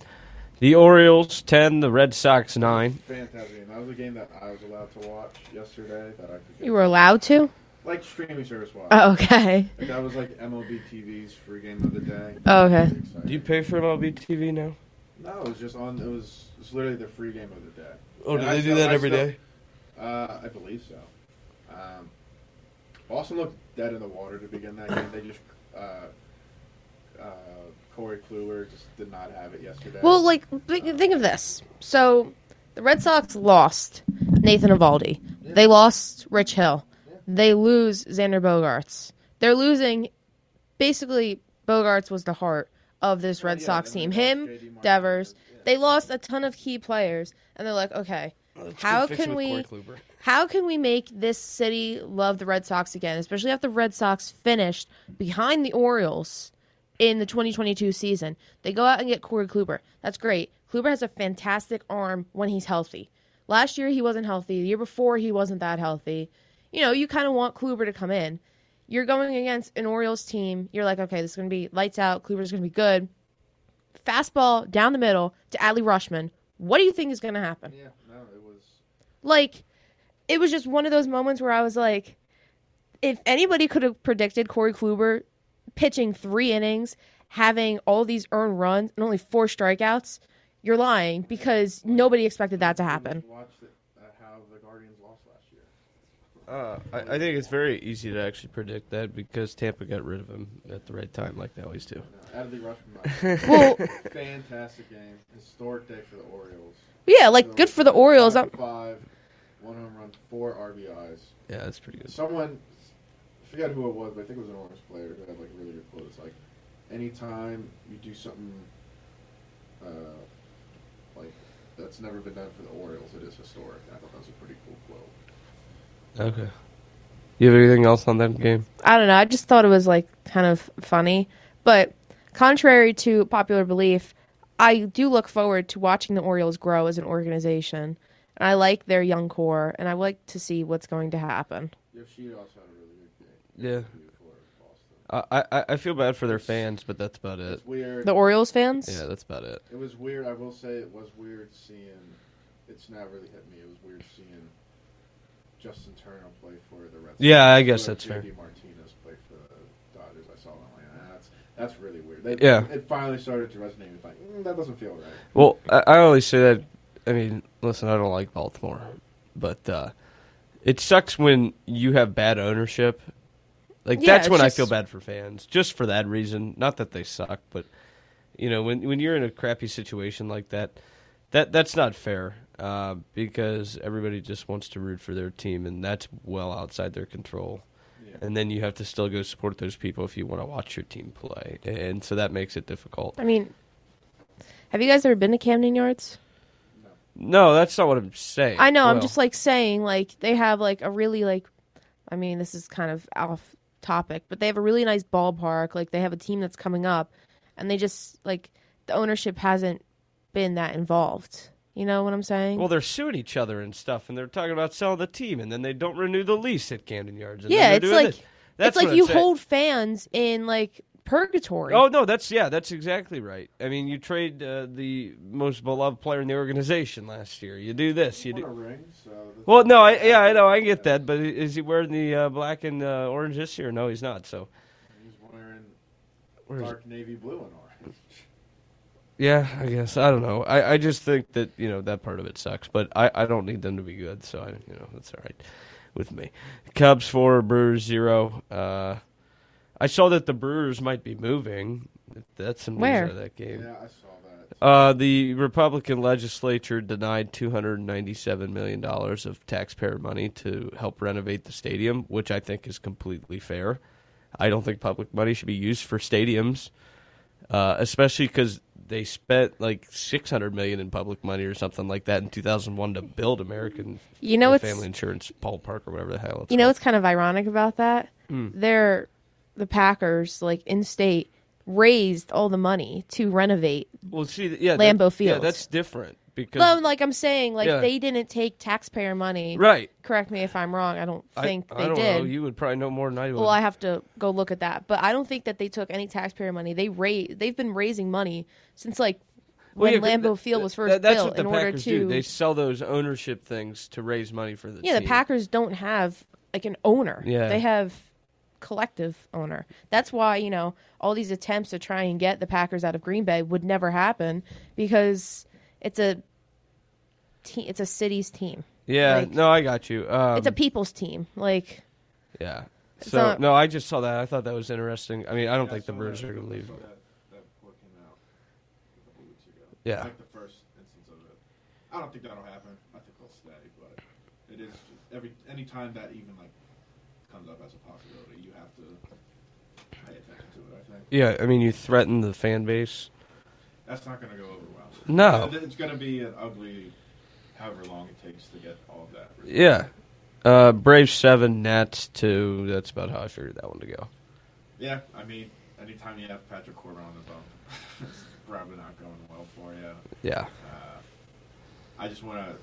S3: the Orioles ten, the Red Sox nine.
S7: Fantastic game. That was a game that I was allowed to watch yesterday that I could get.
S6: You were allowed to?
S7: like streaming service watch.
S6: Oh, okay.
S7: Like, that was like MLB TV's free game of the day.
S6: Oh, okay.
S7: Exciting.
S3: Do you pay for MLB TV now?
S7: No, it was just on. It was it's literally the free game of the day.
S3: Oh,
S7: And
S3: do they
S7: I
S3: do
S7: still-
S3: that
S7: I
S3: every
S7: still-
S3: day?
S7: Uh, I believe so. Um, Boston looked dead in the water to begin that game. They just uh, uh, Corey Kluwer just did not have it yesterday.
S6: Well, like, th- think of this. So, the Red Sox lost Nathan Avaldi. They lost Rich Hill. They lose Xander Bogarts. They're losing, basically, Bogarts was the heart of this Red
S7: yeah,
S6: Sox team.
S7: then they
S6: Him,
S7: lost JD Martinez.
S6: Devers. They lost a ton of key players, and they're like, okay, how can we. How can we make this city love the Red Sox again, especially after the Red Sox finished behind the Orioles in the 2022 season? They go out and get Corey Kluber. That's great. Kluber has a fantastic arm when he's healthy. Last year he wasn't healthy. The year before he wasn't that healthy. You know, you kind of want Kluber to come in. You're going against an Orioles team. You're like, okay, this is going to be lights out. Kluber's going to be good. Fastball down the middle to Adley Rushman. What do you think is going to happen?
S7: yeah, no, it was.
S6: like it was just one of those moments where I was like, if anybody could have predicted Corey Kluber pitching three innings, having all these earned runs and only four strikeouts, you're lying because nobody expected that to
S7: [LAUGHS]
S6: happen.
S7: Watch the, uh, how the Guardians lost last year.
S3: Uh, I, I think it's very easy to actually predict that because Tampa got rid of him at the right time, like they always do.
S7: No, Adley Rushman,
S6: Well,
S3: [LAUGHS]
S7: fantastic game, historic day for the Orioles.
S6: yeah, like good for the Orioles.
S7: Five,
S6: I'm,
S7: five, one home run, four RBIs.
S3: Yeah, that's pretty good.
S7: Someone, I forgot who it was, but I think it was an Orioles player who had like a really good quote. It's like, anytime you do something, uh, like that's never been done for the Orioles, it is historic. I thought that was a pretty cool quote.
S3: Okay. You have anything else on that game?
S6: I don't know. I just thought it was like kind of funny, but contrary to popular belief, I do look forward to watching the Orioles grow as an organization. And I like their young core, and I like to see what's going to happen.
S7: Yoshida also had a really good game
S3: Yeah.
S7: for Boston.
S3: I, I, I feel bad for their fans, but that's about it.
S7: It's weird.
S6: The Orioles fans?
S3: Yeah, that's about it.
S7: It was weird. I will say it was weird seeing. It's not really hit me. It was weird seeing Justin Turner play for the Red Sox.
S3: Yeah, I guess
S7: Or
S3: that's fair.
S7: JD Martinez play for the Dodgers. I saw that. Like, "Ah, that's that's really weird. They,
S3: Yeah.
S7: It finally started to resonate. It's like mm, that doesn't feel right.
S3: Well, I, I always say that. I mean, listen, I don't like Baltimore, but uh, it sucks when you have bad ownership. Like
S6: Yeah,
S3: that's when
S6: it's
S3: I feel
S6: just-
S3: bad for fans, just for that reason. Not that they suck, but you know, when when you're in a crappy situation like that, that that's not fair uh, because everybody just wants to root for their team, and that's well outside their control. and then you have to still go support those people if you want to watch your team play, and so that makes it difficult.
S6: I mean, have you guys ever been to Camden Yards?
S3: No, that's not what I'm saying.
S6: I know. I'm
S3: Well,
S6: just like saying, like they have like a really like, I mean, this is kind of off topic, but they have a really nice ballpark. Like they have a team that's coming up, and they just like the ownership hasn't been that involved. You know what I'm saying?
S3: Well, they're suing each other and stuff, and they're talking about selling the team, and then they don't renew the lease at Camden Yards. And then
S6: yeah,
S3: they're
S6: it's
S3: doing
S6: like
S3: this. That's
S6: it's like
S3: what I'm
S6: you
S3: saying.
S6: hold fans in like purgatory.
S3: Oh no, that's yeah, that's exactly right. I mean, you trade uh, the most beloved player in the organization last year. You do this. You
S8: Won a
S3: do.
S8: ring, so the-
S3: Well, no, I, yeah, I know, I get that, but i- is he wearing the uh, black and uh, orange this year? No, he's not. So,
S8: He's wearing
S3: Where is
S8: dark navy blue and orange. [LAUGHS]
S3: yeah, I guess I don't know. I, I just think that you know that part of it sucks, but I, I don't need them to be good, so I you know that's all right with me. Cubs four, Brewers zero. Uh, I saw that the Brewers might be moving. That's some news
S6: Where?
S3: out of that game.
S8: Yeah, I saw that.
S3: Uh, the Republican legislature denied $297 million of taxpayer money to help renovate the stadium, which I think is completely fair. I don't think public money should be used for stadiums, uh, especially because they spent like $600 million in public money or something like that in 2001 to build American uh,
S6: You know, it's
S3: Family Insurance Ballpark or whatever the hell it's
S6: You know
S3: called.
S6: what's kind of ironic about that?
S3: Hmm.
S6: They're the Packers, like in state, raised all the money to renovate.
S3: well, see, yeah,
S6: Lambeau
S3: that- Yeah,
S6: Field.
S3: that's different because.
S6: No, like I'm saying, like
S3: Yeah.
S6: they didn't take taxpayer money.
S3: right.
S6: Correct me if I'm wrong. I don't
S3: I-
S6: think
S3: I,
S6: they
S3: don't
S6: did.
S3: know. You would probably know more than I would.
S6: well, I have to go look at that, but I don't think that they took any taxpayer money. They raise, they've been raising money since like
S3: Well,
S6: when
S3: yeah,
S6: Lambeau
S3: th-
S6: Field
S3: th-
S6: was first
S3: th- that's
S6: built
S3: what the
S6: in order
S3: Packers
S6: to.
S3: do. They sell those ownership things to raise money for the
S6: yeah, the
S3: team.
S6: Packers don't have like an owner.
S3: Yeah.
S6: They have collective owner. That's why, you know, all these attempts to try and get the Packers out of Green Bay would never happen because it's a te- it's a city's team.
S3: Yeah,
S6: like-
S3: no, I got you. Um,
S6: it's a people's team. Like
S3: yeah.
S6: it's
S3: So
S6: not-
S3: no, I just saw that. I thought that was interesting. I mean, I don't think the Brewers are going to leave.
S8: I saw that, that report came out a couple weeks ago.
S3: Yeah.
S8: Like the first instance of it.
S7: I don't think that'll happen. I think they'll stay, but it is just every any time that even like comes up as a possibility, you have to pay attention to it. I think
S3: Yeah, I mean, you threaten the fan base.
S7: that's not going to go over well.
S3: No.
S7: It- it's going to be an ugly, however long it takes to get all of that.
S3: Yeah. Uh, Braves seven, Nats two. That's about how I figured that one to go.
S7: Yeah, I mean, anytime you have Patrick Corbin on the bump, [LAUGHS] it's probably not going well for you.
S3: Yeah.
S7: I just want to.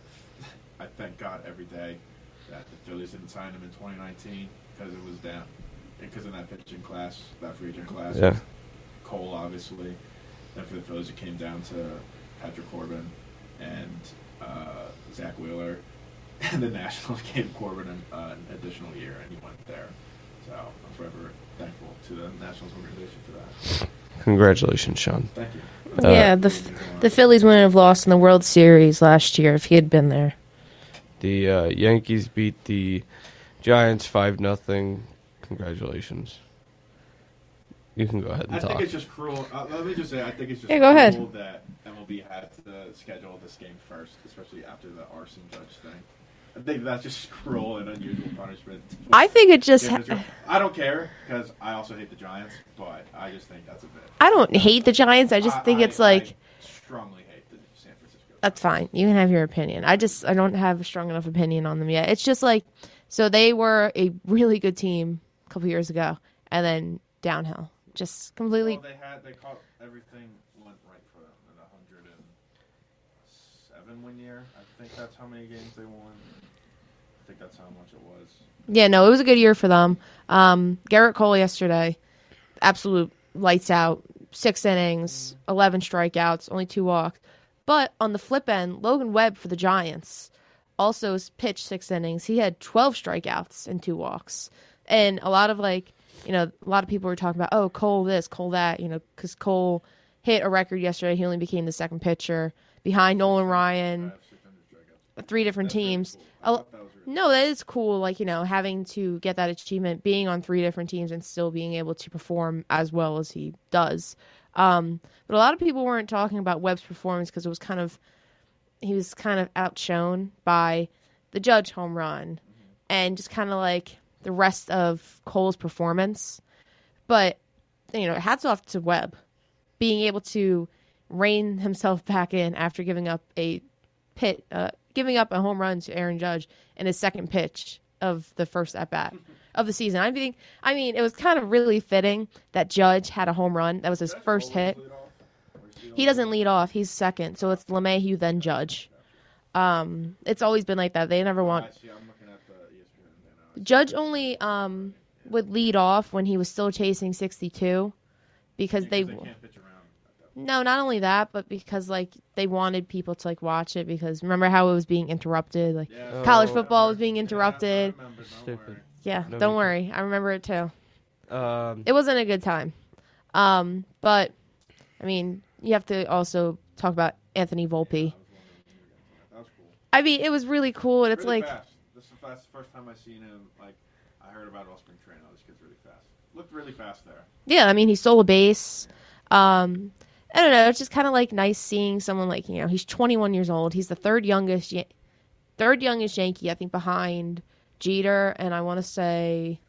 S7: I thank God every day that the Phillies didn't sign him in 2019 because it was down, because in that pitching class, that free agent class,
S3: Yeah.
S7: Cole obviously, and for the Phillies it came down to Patrick Corbin and uh, Zach Wheeler, [LAUGHS] and the Nationals gave Corbin an, uh, an additional year, and he went there. So I'm forever thankful to the Nationals organization for that.
S3: Congratulations, Sean. Uh,
S7: Thank you.
S6: yeah, the the Phillies wouldn't have lost in the World Series last year if he had been there.
S3: The uh, Yankees beat the Giants five nothing. Congratulations. You can go ahead and
S7: I
S3: talk.
S7: think it's just cruel. Uh, let me just say, I think it's just
S6: Yeah, go ahead.
S7: cruel that MLB had to schedule this game first, especially after the arson judge thing. I think that's just cruel and unusual punishment.
S6: I think it just
S7: Given it's- I don't care because I also hate the Giants, but I just think that's a bit.
S6: I don't hate the Giants. I just think
S7: I-
S6: it's like
S7: I strongly hate the San Francisco.
S6: that's fine. You can have your opinion. I just I don't have a strong enough opinion on them yet. It's just like so they were a really good team a couple years ago and then downhill. Just completely
S7: Well, they had they caught everything went right for them in hundred and seven one year. I think that's how many games they won. I think that's how much it was.
S6: Yeah, no, it was a good year for them. Um Garrett Cole yesterday, absolute lights out. 6 innings, 11 strikeouts, only two walks. But on the flip end, Logan Webb for the Giants also s- pitched 6 innings. He had 12 strikeouts and two walks. And a lot of like, you know, a lot of people were talking about, "Oh, Cole this, Cole that," you know, cuz Cole hit a record yesterday. He only became the second pitcher behind Nolan Ryan three different teams. A- no, that is cool. Like you know, having to get that achievement, being on three different teams, and still being able to perform as well as he does. Um, but a lot of people weren't talking about Webb's performance because it was kind of he was kind of outshone by the Judge home run, and just kind of like the rest of Cole's performance. But you know, hats off to Webb being able to rein himself back in after giving up a pit, uh, giving up a home run to Aaron Judge in his second pitch of the first at bat of the season. I think, I mean, it was kind of really fitting that Judge had a home run. That was his first hit. He doesn't lead off; he's second, so it's LeMahieu then Judge. Um, it's always been like that. They never want
S7: Oh, See, I'm looking at the E ESPN now.
S6: Judge only um would lead off when he was still chasing 62 because they
S7: They can't pitch around.
S6: no, not only that, but because like they wanted people to like watch it because remember how it was being interrupted, like
S7: Yeah.
S6: college
S3: Oh.
S6: football was being interrupted.
S7: I remember, don't
S3: Stupid.
S7: worry.
S6: Yeah,
S3: No,
S6: don't
S3: you-
S6: worry. I remember it too.
S3: Um,
S6: It wasn't a good time. Um, but I mean, you have to also talk about Anthony Volpe.
S7: That was cool.
S6: I mean, it was really cool and it's
S7: really
S6: like
S7: fast. This is fast. The first time I seen him, like I heard about it all spring training. Oh, this kid's really fast. Looked really fast there.
S6: yeah, I mean, he stole a base. Um, I don't know. It's just kind of like nice seeing someone like you know he's 21 years old. He's the third youngest, Yan- third youngest Yankee, I think, behind Jeter, and I want to say,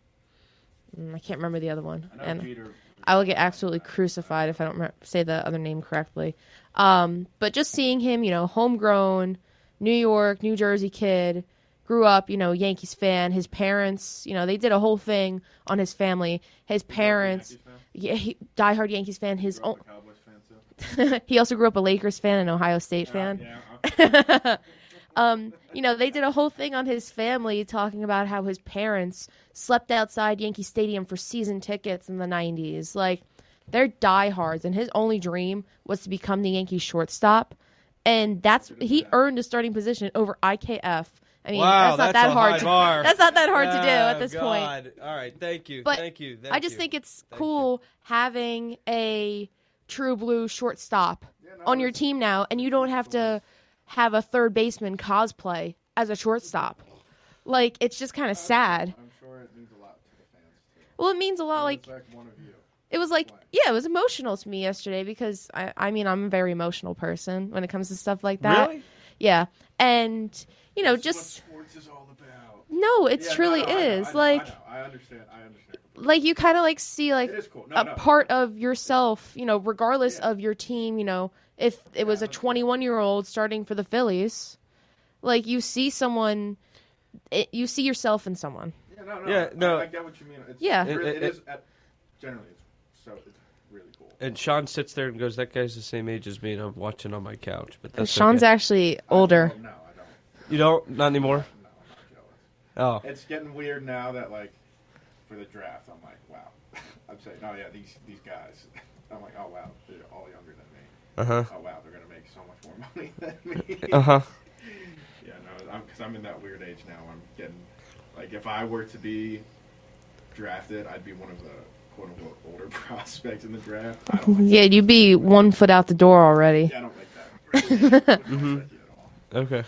S6: mm, I can't remember the other one.
S7: I know
S6: And
S7: Jeter.
S6: I will get absolutely crucified if I don't remember, say the other name correctly. Um, but just seeing him, you know, homegrown, New York, New Jersey kid, grew up, you know, Yankees fan. His parents, you know, they did a whole thing on his family. His parents,
S7: Yankees fan?
S6: yeah, he, diehard Yankees fan. His
S7: Grew
S6: own,
S7: up a Cowboys fan too.
S6: [LAUGHS] he also grew up a Lakers fan and Ohio State fan
S7: Yeah, I'm-
S6: [LAUGHS] um, you know, they did a whole thing on his family talking about how his parents slept outside Yankee Stadium for season tickets in the 90s. Like, they're diehards, and his only dream was to become the Yankee shortstop. And that's he earned a starting position over IKF. I mean,
S3: Wow,
S6: that's not
S3: that's
S6: that
S3: a
S6: hard.
S3: high
S6: to,
S3: bar.
S6: [LAUGHS] That's not that hard to do
S3: Ah,
S6: at this point.
S3: God. All right, thank you,
S6: But
S3: thank you. Thank
S6: I just
S3: you.
S6: think it's
S3: Thank you.
S6: cool having a true blue shortstop on your team now, and you don't have to have a third baseman cosplay as a shortstop. Like it's just kind of sad.
S8: I'm sure it means a lot to the fans. Too.
S6: Well, it means a lot. Like
S8: it's like one of you.
S6: it was like yeah, it was emotional to me yesterday because I I mean I'm a very emotional person when it comes to stuff like that.
S3: Really?
S6: Yeah, and you know
S7: That's what
S6: just
S7: sports is all about.
S6: no, it
S7: Yeah, no,
S6: truly
S7: no, I know,
S6: is
S7: I know,
S6: like.
S7: I, know. I understand. I understand.
S6: like you kind of like see like
S7: It is cool. No,
S6: a
S7: no.
S6: part of yourself, you know, regardless of your team, you know, if it was a 21 year old starting for the Phillies, like you see someone, it, you see yourself in someone.
S7: Yeah, no, no.
S3: Yeah,
S7: I-
S3: no.
S7: I, get what you mean. It's
S6: Yeah.
S7: really-
S3: It-
S7: it
S3: it-
S7: is. At, generally, it's so it's really cool.
S3: And Sean sits there and goes, "That guy's the same age as me," and I'm watching on my couch. But that's
S6: Sean's
S3: okay.
S6: actually older.
S7: No, I don't.
S3: you don't not anymore.
S7: No, I'm not jealous.
S3: Oh,
S7: It's getting weird now that like for the draft, I'm like, wow. [LAUGHS] I'm saying, oh yeah, these these guys. [LAUGHS] I'm like, oh wow, they're all younger than me.
S3: uh huh,
S7: Oh wow, they're gonna make so much more [LAUGHS] money than
S3: [LAUGHS]
S7: me.
S3: uh huh.
S7: Yeah, no, I'm because I'm in that weird age now. I'm getting like if I were to be drafted, I'd be one of the quote unquote older [LAUGHS] prospects in the draft. I don't
S6: [LAUGHS]
S7: like,
S6: Yeah, you'd be one foot out the door already.
S7: I don't like that. mm-hmm.
S3: Okay.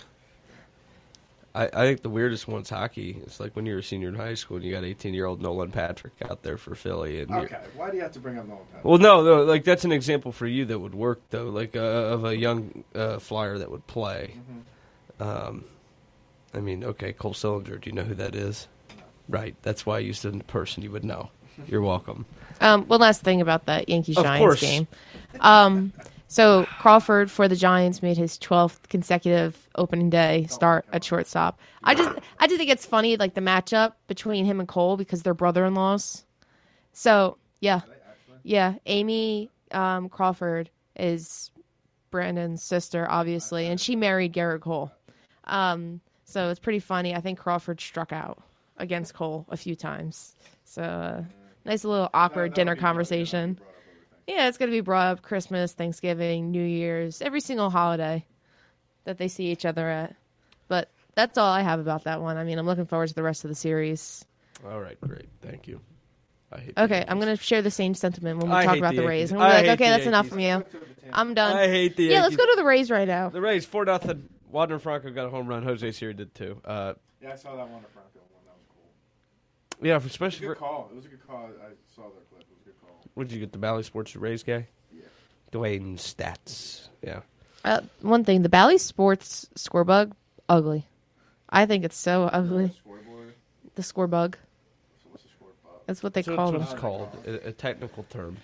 S3: I, I think the weirdest one's hockey. It's like when you were a senior in high school and you got 18 year old Nolan Patrick out there for Philly. And you're-
S7: Okay, why do you have to bring up Nolan Patrick?
S3: well, no, no, like that's an example for you that would work though, like uh, of a young uh, flyer that would play.
S7: Mm-hmm.
S3: Um, I mean, okay, Cole Sillinger. Do you know who that is? Right. That's why I used a person you would
S7: [LAUGHS]
S3: know. You're welcome.
S6: Um, one last thing about that Yankees
S3: Of course.
S6: Giants game. Um, so Crawford for the Giants made his 12th consecutive opening day start at shortstop. I just I just think it's funny like the matchup between him and Cole because they're brother-in-laws. So yeah, yeah. Amy um, Crawford is Brandon's sister, obviously, and she married Garrett Cole. Um, so it's pretty funny. I think Crawford struck out against Cole a few times. So uh, nice little awkward dinner conversation. Yeah, it's gonna be brought up Christmas, Thanksgiving, New Year's, every single holiday that they see each other at. But that's all I have about that one. I mean, I'm looking forward to the rest of the series.
S3: All right, great. Thank you. I hate the
S6: Okay, I'm
S3: Yankees.
S6: gonna share the same sentiment when we
S3: I
S6: talk
S3: hate
S6: about
S3: the
S6: the
S3: Yankees.
S6: Rays. I'm
S3: I
S6: gonna be like,
S3: hate
S6: okay,
S3: the
S6: that's enough from you. I'm done.
S3: I hate the
S6: yeah, let's
S3: Yankees.
S6: go to the Rays right now.
S3: The Rays four nothing. Wadner Franco got a home run. Jose Siri did too. Uh,
S7: Yeah, I saw that one in Franco one. That was cool.
S3: yeah, for-
S7: It was a
S3: especially
S7: good
S3: for,
S7: call. It was a good call. I saw that clip. It was a good call.
S3: what did you get the Valley Sports Rays guy?
S7: Yeah.
S3: Dwayne Stats. Yeah.
S6: Uh, one thing, the Bally Sports scorebug, ugly. I think it's so
S7: The
S6: ugly.
S7: scoreboard.
S6: The scorebug. That's what they
S3: So
S6: called
S3: that's what
S6: them.
S3: it's called, a, a technical term.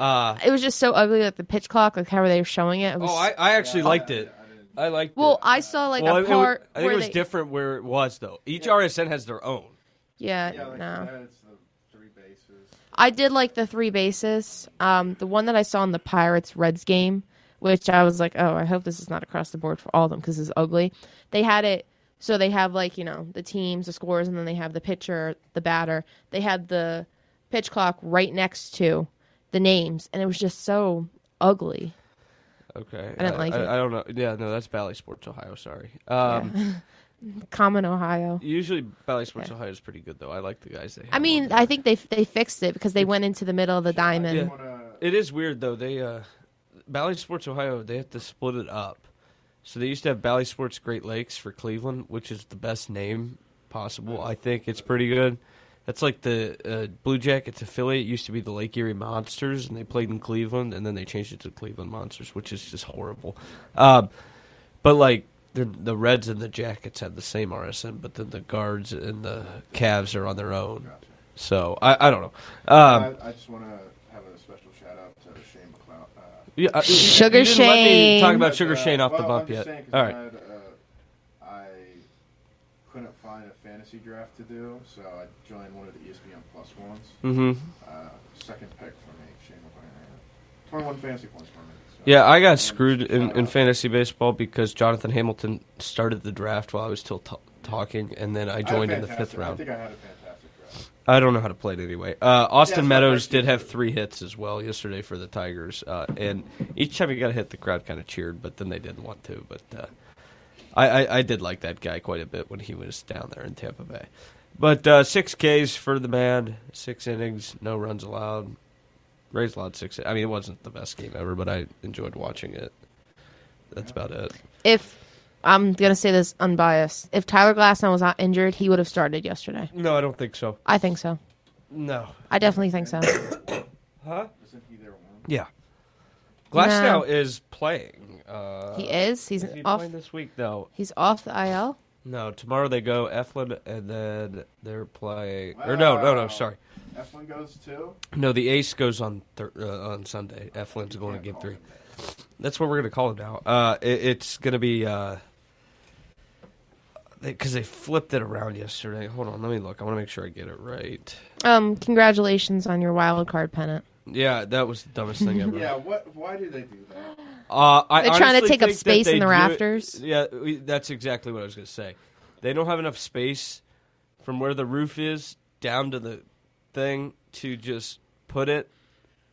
S3: Uh,
S6: It was just so ugly, like the pitch clock, like how they were showing it. it was,
S3: oh, I, I actually liked it. I liked
S6: well,
S3: it.
S6: I saw like
S3: Well,
S6: a
S3: it- it wa-
S6: part.
S3: I think
S6: where
S3: it was
S6: they,
S3: different where it was, though. Each RSN has their own.
S6: Yeah,
S8: Yeah, like
S6: no.
S8: that, it's the three bases.
S6: I did like the three bases. Um, the one that I saw in the Pirates Reds game, which I was like, oh, I hope this is not across the board for all of them because it's ugly. They had it so they have like you know the teams, the scores, and then they have the pitcher, the batter. They had the pitch clock right next to the names, and it was just so ugly.
S3: Okay.
S6: I didn't like
S3: I,
S6: it.
S3: I don't know. Yeah, no, that's Valley Sports Ohio. Sorry. Um,
S6: [LAUGHS] Common Ohio.
S3: Usually, Valley Sports
S6: Yeah.
S3: Ohio is pretty good, though. I like the guys they have.
S6: I mean, I think they they fixed it because they went into the middle of the diamond.
S3: Yeah.
S8: Wanna,
S3: it is weird though. They uh, Valley Sports Ohio they have to split it up. So they used to have Valley Sports Great Lakes for Cleveland, which is the best name possible. I think it's pretty good. That's like the uh, Blue Jackets affiliate used to be the Lake Erie Monsters, and they played in Cleveland, and then they changed it to Cleveland Monsters, which is just horrible. Um, but like the the Reds and the Jackets have the same RSN, but then the Guards and the Cavs are on their own. So I, I don't know. Um,
S8: I, I just want to have a special shout out to Shane McCloud. Uh,
S3: Yeah, uh, you-
S6: Sugar
S3: you didn't let me Talk
S6: Shane.
S3: about Sugar
S8: uh,
S3: Shane off the
S8: well,
S3: bump
S8: I'm just
S3: yet.
S8: saying 'cause
S3: All
S8: I,
S3: right.
S8: had, uh, I couldn't find a fantasy draft to do, so I joined one of the E ESPN Plus ones.
S3: Mm-hmm.
S8: Uh, second pick for me, Shane McCloud. 21 fantasy points for me. So.
S3: Yeah, I got screwed in, in fantasy baseball because Jonathan Hamilton started the draft while I was still t- talking, and then I
S8: I had a
S3: joined in the
S8: fantastic-
S3: fifth
S8: I
S3: round.
S8: think I had a fantastic draft.
S3: I don't know how to play it anyway. Uh, Austin
S8: Yeah, it's my
S3: Meadows
S8: first
S3: did
S8: year.
S3: have three hits as well yesterday for the Tigers, uh, and each time he got a hit, the crowd kind of cheered, but then they didn't want to. But uh, I, I, I did like that guy quite a bit when he was down there in Tampa Bay. But uh, six Ks for the man, six innings, no runs allowed. Rays allowed six. I mean, it wasn't the best game ever, but I enjoyed watching it. That's about it.
S6: If I'm gonna say this unbiased, if Tyler Glasnow was not injured, he would have started yesterday.
S3: No, I don't think so.
S6: I think so.
S3: No.
S6: I definitely think so.
S8: Isn't he there one?
S3: Yeah. Glasnow
S6: No.
S3: is playing. Uh,
S6: He is. He's
S3: Is he
S6: off.
S3: playing this week? No,
S6: He's off the IL.
S3: no. Tomorrow they go Eflin, and then they're playing. Or no, no, no.
S8: Wow.
S3: Sorry,
S8: F1 goes two.
S3: no. The Ace goes on thir- uh, on Sunday. Eflin's going
S8: can't
S3: to Game
S8: call
S3: Three.
S8: him
S3: That's what we're gonna call it now. Uh, it, it's gonna be because they, 'cause they flipped it around yesterday. Hold on, let me look. I want to make sure I get it right.
S6: Um, congratulations on your wild card pennant.
S3: Yeah, that was the dumbest thing [LAUGHS] ever.
S8: Yeah, what? Why do they do that?
S3: Uh, I
S6: They're trying to
S3: honestly
S6: take up
S3: think that
S6: space in
S3: they
S6: the
S3: do it-
S6: rafters.
S3: yeah, we- that's exactly what I was going to say. They don't have enough space from where the roof is down to the thing to just put it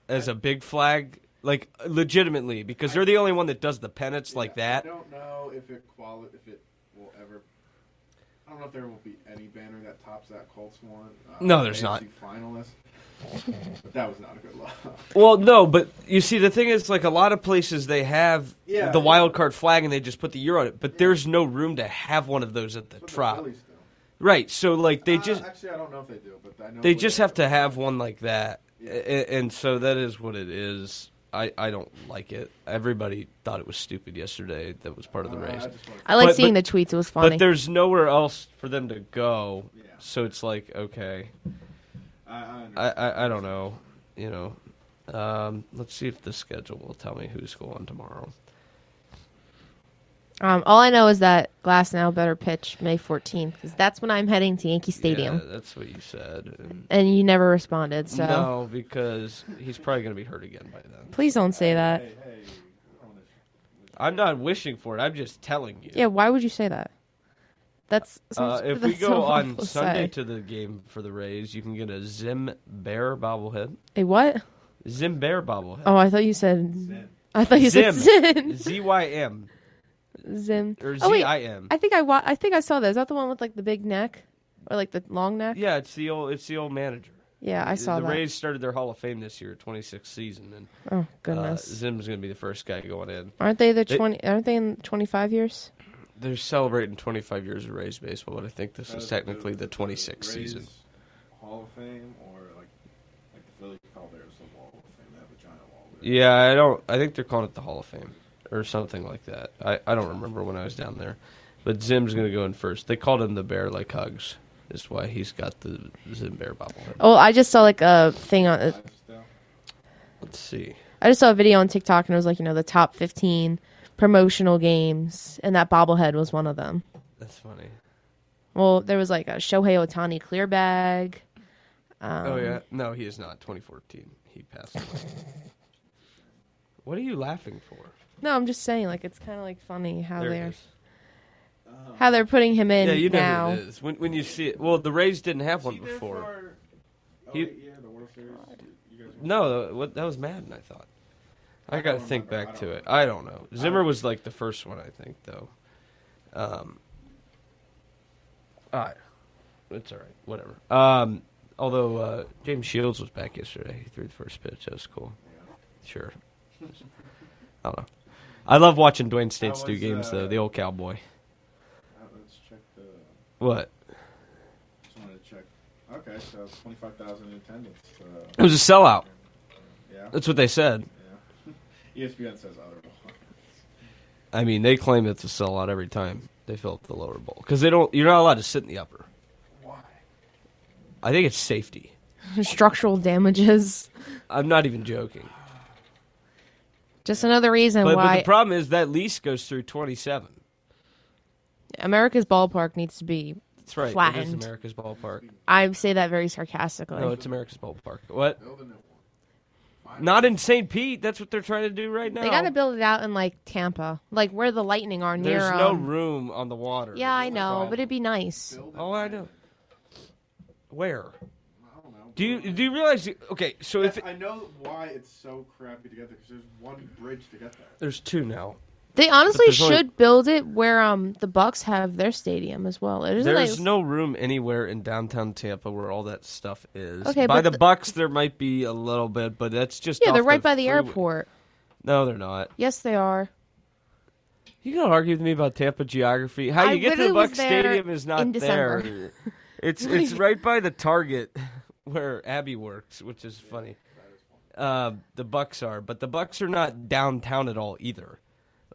S3: as a big flag, like legitimately, because they're the only one that does the pennants like
S8: Yeah,
S3: that.
S8: I don't know if it quali- if it will ever. I don't know if there will be any banner that tops that Colts one. Uh,
S3: No, there's not.
S8: AFC Finalist. but that was not a good look. [LAUGHS]
S3: Well, no, but you see, the thing is, like a lot of places they have
S8: Yeah.
S3: the wild card flag and they just put the year on it, but there's no room to have one of those at the
S8: But the
S3: trop.
S8: Phillies do.
S3: Right, so like they
S8: Uh,
S3: just
S8: actually, I don't know if they do, but I know
S3: they
S8: what
S3: just
S8: they
S3: have
S8: do.
S3: to have one like that A- and so that is what it is i i don't like it everybody thought it was stupid yesterday that was part of the
S8: Uh,
S3: race
S8: I just want
S6: I like
S3: But-
S6: seeing
S3: but-
S6: the tweets. It was funny.
S3: but there's nowhere else for them to go
S8: Yeah.
S3: so it's like okay
S8: to, I, I understand.
S3: i i, I don't know you know um, let's see if the schedule will tell me who's going tomorrow.
S6: um, all I know is that Glass now better pitch May 14th because that's when I'm heading to Yankee Stadium,
S3: Yeah, that's what you said. And
S6: and you never responded. So
S3: No, because he's probably going to be hurt again by then.
S6: please don't say that.
S8: hey, hey, on this-
S3: I'm not wishing for it. I'm just telling you.
S6: Yeah, why would you say that? That's
S3: Uh,
S6: [LAUGHS]
S3: if we
S6: that's so
S3: go on
S6: awful to
S3: Sunday
S6: say.
S3: to the game for the Rays, you can get a Zim Bear bobblehead.
S6: a what?
S3: Zim Bear bobblehead.
S6: Oh, I thought you said.
S8: Zin.
S6: I thought you
S3: Zim.
S6: said Zin.
S3: Z Y M
S6: [LAUGHS] Zim.
S3: or
S6: oh
S3: Z
S6: wait,
S3: I M.
S6: I think I wa- I think I saw that. Is that the one with like the big neck or like the long neck?
S3: Yeah, it's the old it's the old manager.
S6: Yeah, I saw
S3: the
S6: that.
S3: Rays started their Hall of Fame this year, 26th season, and
S6: oh
S3: uh,
S6: goodness.
S3: Zim's going to be the first guy going in.
S6: aren't they the
S3: they-
S6: twenty? aren't they in twenty five years?
S3: They're celebrating 25 years of Rays baseball, but I think this
S8: that
S3: is
S8: is
S3: technically the
S8: Rays
S3: 26th season.
S8: Hall of Fame, or like like the Phillies call theirs the Wall of Fame, that vagina wall. there.
S3: Yeah, I don't. I think they're calling it the Hall of Fame or something like that. I, I don't remember when I was down there, but Zim's gonna go in first. They called him the Bear like Hugs. is why he's got the Zim Bear bobblehead.
S6: Oh, I just saw like a thing on.
S3: Let's see.
S6: I just saw a video on TikTok and it was like you know the top fifteen promotional games, and that bobblehead was one of them.
S3: That's funny.
S6: Well, there was like a Shohei Otani clear bag.
S3: oh yeah, no, he is not. 2014, he passed. away. [LAUGHS] what are you laughing for?
S6: No, I'm just saying like it's kind of like funny how
S3: There it
S6: they're
S3: is.
S6: how they're putting him in
S3: Yeah, you know
S6: now.
S3: who it is. When, when you see it, well, the Rays didn't have one before. He-
S8: yeah, the World Series. You guys
S3: No, what, that was Madden. I thought. I gotta think back to it. I don't know. Zimmer was like the first one, I think, though. Um, I, it's all right. Whatever. Um, although uh, James Shields was back yesterday. He threw the first pitch. That was cool. Sure. I don't know. I love watching Dwayne States do
S7: was,
S3: games
S7: uh,
S3: though. The old cowboy.
S8: uh,
S7: Let's check the. Just
S3: What?
S7: wanted to check. Okay, so 25,000 in attendance.
S3: It
S7: Uh,
S3: was a sellout.
S7: yeah.
S3: That's what they said.
S8: E
S7: ESPN says otherwise.
S8: [LAUGHS]
S3: I mean, they claim it's a sellout every time they fill up the lower bowl because they don't. You're not allowed to sit in the upper.
S7: Why?
S3: I think it's safety.
S6: [LAUGHS] Structural damages.
S3: I'm not even joking.
S6: Just another reason
S3: But, but
S6: why
S3: the problem is that lease goes through 27.
S6: America's ballpark needs to be.
S3: That's right. It is
S6: Flattened.
S3: America's ballpark.
S6: I say that very sarcastically.
S3: No, it's America's ballpark. What?
S8: building it one.
S3: Not in St. Pete. That's what they're trying to do right now.
S6: They gotta build it out in like Tampa, like where the Lightning are near.
S3: There's no oh
S6: um,
S3: room on the water.
S6: Yeah, I
S3: That's the
S6: know,
S3: problem.
S6: but it'd be nice.
S3: Oh, I know. Where?
S8: I don't know.
S3: Do you do you realize? Okay, so if
S8: That's-
S3: it,
S8: I know why it's so crappy to get there because there's one bridge to get there.
S3: there's two now.
S6: They honestly
S3: there's
S6: should
S3: only-
S6: build it where um the Bucks have their stadium as well. It isn't
S3: There's
S6: like-
S3: no room anywhere in downtown Tampa where all that stuff is.
S6: Okay,
S3: by
S6: but
S3: the,
S6: the-
S3: Bucks, there might be a little bit, but that's just
S6: yeah, they're
S3: off
S6: right by the
S3: freeway.
S6: airport.
S3: No, they're not.
S6: Yes, they are.
S3: You gonna argue with me about Tampa geography? How
S6: I
S3: you get to
S6: literally
S3: the
S6: was
S3: Buck
S6: there
S3: Stadium is not
S6: in December. [LAUGHS]
S3: there. It's it's right by the Target [LAUGHS] where Abby works, which is funny. Uh, the Bucks are, but the Bucks are not downtown at all either.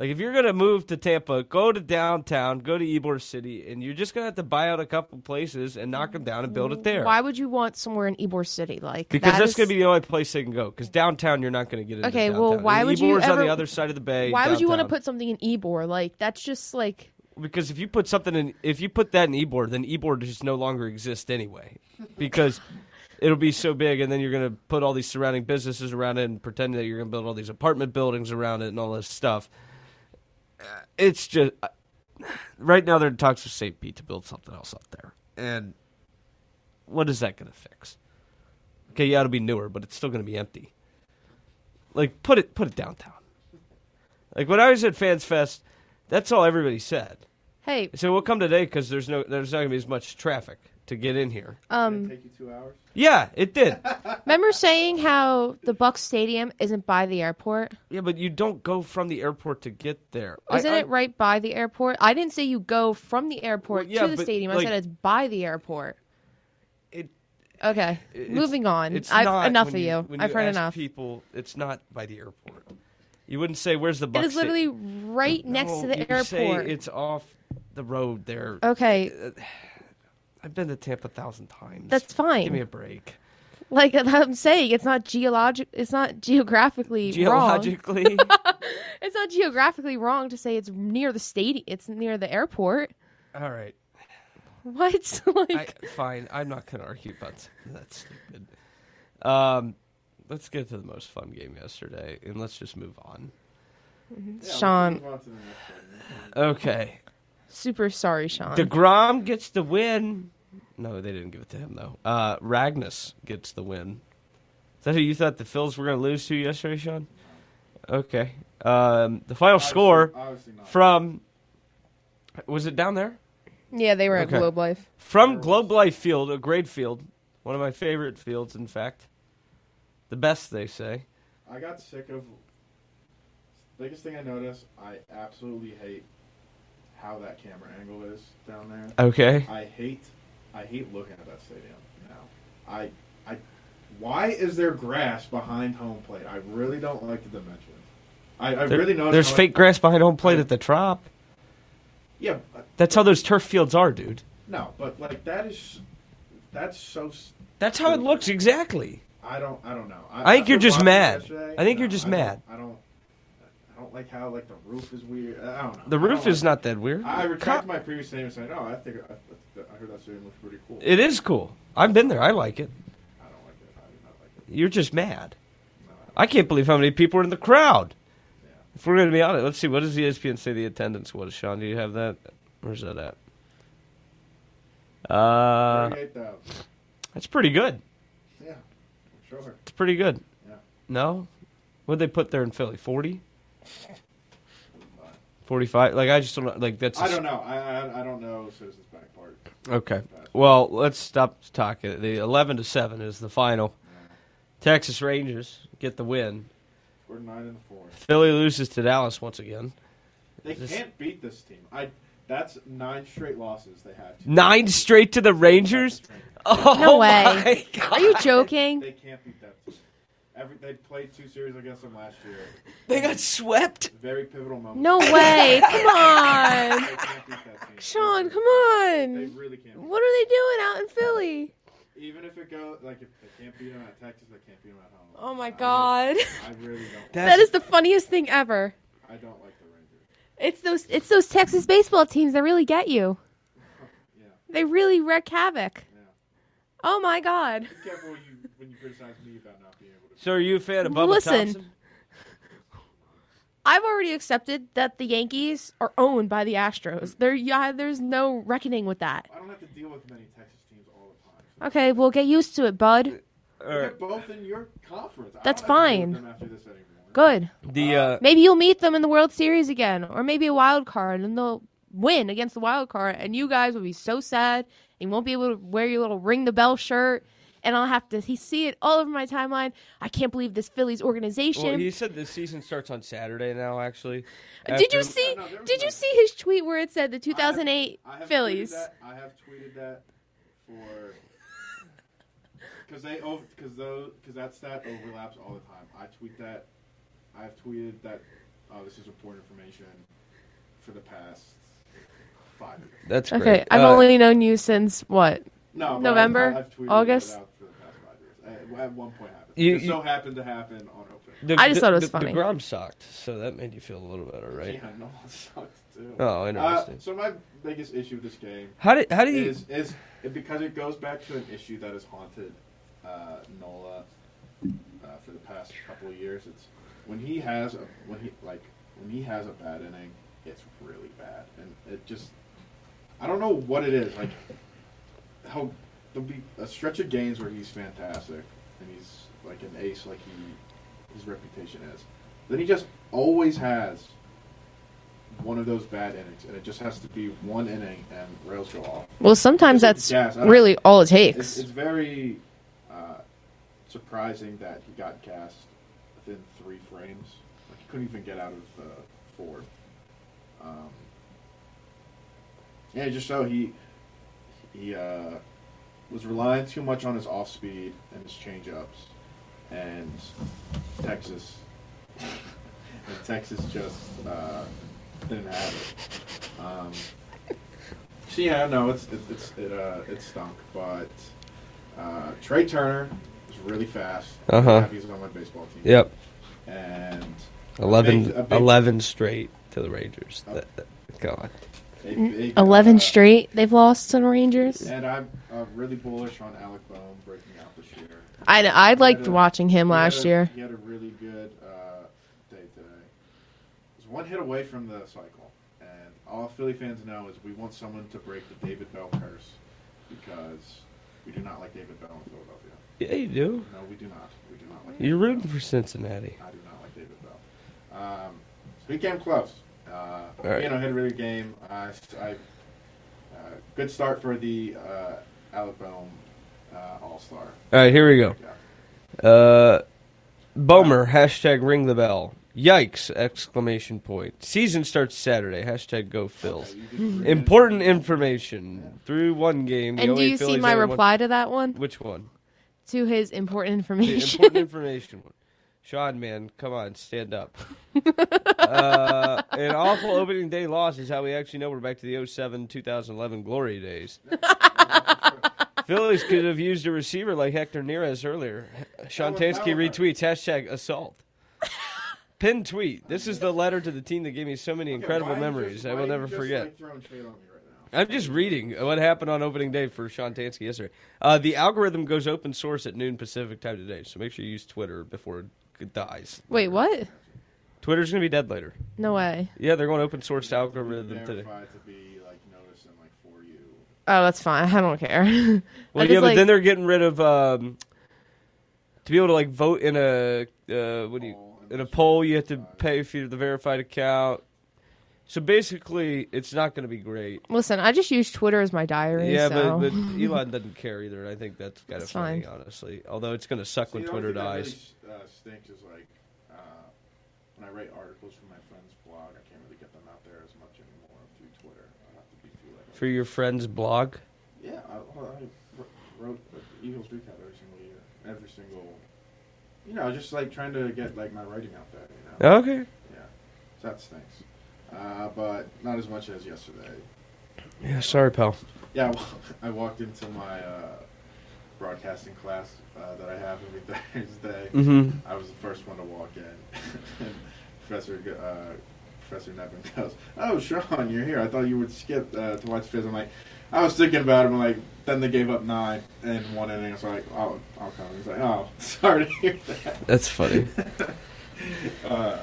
S3: Like if you're gonna move to Tampa, go to downtown, go to Ybor City, and you're just gonna have to buy out a couple places and knock them down and build it there.
S6: Why would you want somewhere in Ybor City? Like
S3: Because
S6: that
S3: that's
S6: is-
S3: going to be the only place they can go. Because downtown, you're not going to get into
S6: Okay,
S3: Downtown.
S6: well, why
S3: And
S6: would you
S3: Ebor's on
S6: ever-
S3: the other side of the bay.
S6: Why would you want to
S3: downtown.
S6: put something in Ybor? Like that's just like
S3: Because if you put something in, if you put that in Ebor, then Ebor just no longer exists anyway, because it'll be so big, and then you're gonna put all these surrounding businesses around it and pretend that you're gonna build all these apartment buildings around it and all this stuff. Uh, It's just uh, right now they're in talks with St. Pete to build something else up there, and what is that gonna fix? Okay, yeah, it'll be newer, but it's still gonna be empty. Like put it put it downtown. Like when I was at Fans Fest, that's all everybody said.
S6: hey,
S3: So we'll come today because there's no there's not gonna be as much traffic to get in here.
S6: um,
S8: Take you two hours.
S3: yeah, it did.
S8: [LAUGHS]
S6: remember saying how the Bucks stadium isn't by the airport?
S3: yeah, but you don't go from the airport to get there. I-
S6: Isn't
S3: I-
S6: it right by the airport? I didn't say you go from the airport
S3: Well, yeah,
S6: to the
S3: but,
S6: stadium. I
S3: like-
S6: said it's by the airport.
S3: It-
S6: okay,
S3: it's-
S6: moving on.
S3: It's
S6: I've
S3: not
S6: enough
S3: when
S6: of you.
S3: when
S6: I've heard
S3: ask
S6: enough.
S3: People, it's not by the airport. You wouldn't say where's the
S6: It
S3: bus.
S6: is literally right next to the airport. Oh.
S3: it's uh, off the road there.
S6: okay,
S3: I've been to Tampa a thousand times.
S6: that's fine.
S3: Give me a break.
S6: Like I'm saying, it's not geologic. It's not geographically wrong. [LAUGHS]
S3: Geologically,
S6: It's not geographically wrong to say it's near the stadium. It's near the airport.
S3: all right.
S6: What? [LAUGHS] like
S3: I, fine, I'm not going to argue about [LAUGHS] something that's stupid. Um, let's get to the most fun game yesterday, and let's just move on.
S6: Sean,
S8: Move on to the next one.
S3: Okay,
S6: super sorry, Sean.
S3: Degrom gets the win. No, they didn't give it to him though. Uh, Ragnus gets the win. Is that who you thought the Phils were going to lose to yesterday, Sean? Okay. Um, the final score
S7: uh,
S8: Obviously not.
S3: from was it down there?
S6: yeah, they were
S3: Okay.
S6: at Globe Life.
S3: From Globe Life Field, a great field, one of my favorite fields, in fact. The best, they say.
S8: I got sick of. Biggest thing I noticed, I absolutely hate how that camera angle is down there.
S3: Okay.
S8: I hate, I hate looking at that stadium now. I, I, why is there grass behind home plate? I really don't like the dimensions. I, I
S3: There-
S8: really noticed.
S3: there's
S8: how
S3: fake
S8: It,
S3: grass behind home plate at the trop.
S8: yeah, but
S3: That's how those turf fields are, dude.
S7: No, but like that is that's so. s-
S3: That's how it looks exactly.
S7: I don't. I don't know.
S3: I think you're just
S7: watching
S3: mad.
S7: yesterday.
S3: I think you're
S7: No,
S3: just
S7: I don't-
S3: mad.
S7: I don't. I don't like how like the roof is weird. I don't know.
S3: The
S7: I don't
S3: roof is
S7: like-
S3: not that weird.
S7: I
S3: Co-
S7: retract my previous statement saying, "Oh, I think I, I heard that stadium looks pretty cool."
S3: It is cool. I've been there. I like it.
S7: I don't like it. I do not like it.
S3: You're just mad.
S7: No, I
S3: I can't believe how many people were in the crowd. If we're going to be honest, let's see. What does E ESPN say the attendance was? Sean, do you have that? Where's that at? Uh,
S7: don't. Thirty-eight thousand.
S3: that's pretty good.
S7: Yeah, I'm sure.
S3: It's pretty good.
S7: Yeah.
S3: No? What'd they put there in Philly? 40? 45? Like, I just don't know. Like, that's.
S7: I don't know. I, I I don't know Citizens Bank Park.
S3: Okay. Well, let's stop talking. The 11 to 7 is the final. Texas Rangers get the win.
S7: We're nine and four.
S3: Philly loses to Dallas once again.
S7: They
S3: This-
S7: can't beat this team. I. That's nine straight losses they had. To.
S3: Nine straight to the Rangers? Oh,
S6: No
S3: my
S6: way.
S3: God.
S6: Are
S3: [LAUGHS]
S6: you joking?
S7: They can't beat that team. Every they played two series against them last year.
S3: They got swept?
S7: Very pivotal moment.
S6: No [LAUGHS] way. Come on.
S7: They can't beat that team.
S6: Sean, come
S7: They
S6: on.
S7: really can't.
S6: What are they doing out in Philly?
S7: Even if it goes like if they can't beat them at Texas, they can't beat them at home.
S6: Oh my god.
S7: I really don't.
S3: That's,
S6: [LAUGHS] Oh. That is the funniest thing ever.
S7: I don't like the Rangers.
S6: It's those it's those Texas baseball teams that really get you.
S7: Yeah.
S6: They really wreak havoc.
S7: Yeah.
S6: Oh my god.
S7: Be careful when you when you criticize me about not being able to.
S3: So are you a fan of Bubba
S6: Listen.
S3: Thompson?
S6: I've already accepted that the Yankees are owned by the Astros. There yeah, there's no reckoning with that.
S7: I don't have to deal with many Texas teams all the time. So
S6: Okay, well get used to it, bud.
S3: Or
S7: They're both in your conference. I
S6: That's
S7: don't have to deal
S6: fine.
S7: with them after this anymore.
S6: Good.
S3: the uh,
S6: Maybe you'll meet them in the World Series again, or maybe a wild card, and they'll win against the wild card, and you guys will be so sad, and you won't be able to wear your little ring the bell shirt, and I'll have to he- see it all over my timeline. I can't believe this Phillies organization.
S3: well, he said the season starts on Saturday now. Actually,
S6: did you
S3: After-
S6: see?
S7: no, there was
S6: did you
S7: a-
S6: see his tweet where it said the 2008
S7: I have
S6: Phillies?
S7: Tweeted that, I have tweeted that for because they because those because that stat overlaps all the time. I tweet that. I've tweeted that. Oh, this is important information for the past five years.
S3: That's
S6: Okay,
S3: great.
S6: I've
S3: Uh,
S6: only known you since what?
S7: No, but
S6: November?
S7: I've, I've tweeted that
S6: August?
S7: out for the past five years. At, at one point, happened.
S3: You-
S7: it
S3: you-
S7: so happened to happen on open.
S3: the-
S6: I
S3: the-
S6: just thought it was
S3: the-
S6: funny.
S3: Degrom sucked, so that made you feel a little better, right?
S7: Yeah, no [LAUGHS] one sucks too.
S3: Oh, interesting.
S7: Uh, so my biggest issue with this game
S3: How did how do you?
S7: is is because it goes back to an issue that has haunted uh, Nola uh, for the past couple of years. It's when he has a when he like when he has a bad inning, it's really bad, and it just I don't know what it is. Like how there'll be a stretch of games where he's fantastic and he's like an ace, like he his reputation is. Then he just always has one of those bad innings, and it just has to be one inning and rails go off.
S6: Well, sometimes
S7: Yes,
S6: that's
S7: I don't-
S6: really all it
S7: It's,
S6: takes.
S7: it's very uh, surprising that he got cast within three frames. Like he couldn't even get out of the fourth. Um, yeah, just so he he uh, was relying too much on his off speed and his change ups, and Texas and Texas just uh, didn't have it. Um, so yeah, no, it's it, it's it uh it stunk, but uh, Trey Turner is really fast. I'm
S3: Uh-huh.
S7: happy He's on my baseball team.
S3: Yep,
S7: And
S3: 11,
S7: big- a big-
S3: 11 straight to the Rangers.
S7: Oh.
S3: That- that- God,
S7: a big, uh,
S6: Eleven straight they've lost to the Rangers.
S7: And I'm uh, really bullish on Alec Boehm breaking out this year.
S6: I I liked
S7: Yeah.
S6: watching him
S7: He had
S6: last
S7: a-
S6: year.
S7: He had a really good uh, day today. He's one hit away from the cycle, and all Philly fans know is we want someone to break the David Bell curse because we do not like David Bell in Philadelphia.
S3: yeah, you do.
S7: No, we do not. We do not like.
S3: You're
S7: David
S3: rooting for Cincinnati.
S7: Bell. I do not like David Bell. Um, so he came close. Uh,
S3: right.
S7: You know, had a really good game. Uh, I, uh, good start for the uh, Alec Boehm uh, All Star.
S3: All right, here we go.
S7: Yeah.
S3: Uh, Bomer, hashtag ring the bell. Yikes! Exclamation point. Season starts Saturday. Hashtag go Phils. Important information. Through one game. the
S6: And do
S3: only
S6: you see
S3: Phillies
S6: my
S3: ever won-
S6: reply to that one?
S3: Which one?
S6: To his important
S3: The
S6: information.
S3: important information one. Sean, man, come on, stand up. uh, an awful opening day loss is how we actually know we're back to the 07 2011 glory days. Phillies could have used a receiver like Hector Neres earlier. Sean Tansky retweets hashtag assault. Pin tweet. This is the letter to the team that gave me so many incredible memories. I will never forget. I'm just reading what happened on opening day for Sean Tansky yesterday. Uh, the algorithm goes open source at noon Pacific time today, so make sure you use Twitter before it dies.
S6: [LAUGHS] Wait, what?
S3: Twitter's going to be dead later.
S6: No way.
S3: Yeah, they're going open source algorithm today.
S7: Verified to be like noticed in like for you.
S6: Oh, that's fine. I don't care.
S3: Well,
S6: I
S3: yeah,
S6: just,
S3: but
S6: like-
S3: then they're getting rid of um, to be able to like vote in a uh, what do you in a poll. You have to pay for the verified account. So basically, it's not going to be great.
S6: Listen, I just use Twitter as my diary.
S3: Yeah,
S6: so.
S3: but, but Elon doesn't care either, and I think that's kind of
S6: That's
S3: funny,
S6: fine.
S3: honestly. Although it's going to suck when
S7: See, the
S3: Twitter
S7: only thing that
S3: dies.
S7: Really, uh, stinks is like uh, when I write articles for my friend's blog, I can't really get them out there as much anymore through Twitter. I have to be through like.
S3: For your friend's blog,
S7: yeah, I, well, I wr- wrote the Eagles recap every single year, every single. You know, just like trying to get like my writing out there. You know.
S3: okay.
S7: Yeah, so that stinks. Uh, but not as much as yesterday.
S3: Yeah, sorry, pal.
S7: Yeah, [LAUGHS] I wa- I walked into my uh, broadcasting class uh, that I have every [LAUGHS] Thursday.
S3: Mm-hmm.
S7: I was the first one to walk in. [LAUGHS] and Professor go- uh, Professor Nevin goes, "Oh, Sean, you're here. I thought you would skip uh, to watch Fizz." I'm like, I was thinking about him. Like, then they gave up nine in one inning. So like, oh, I'll come. He's like, oh, [LAUGHS] sorry to hear that.
S3: That's funny.
S7: Uh,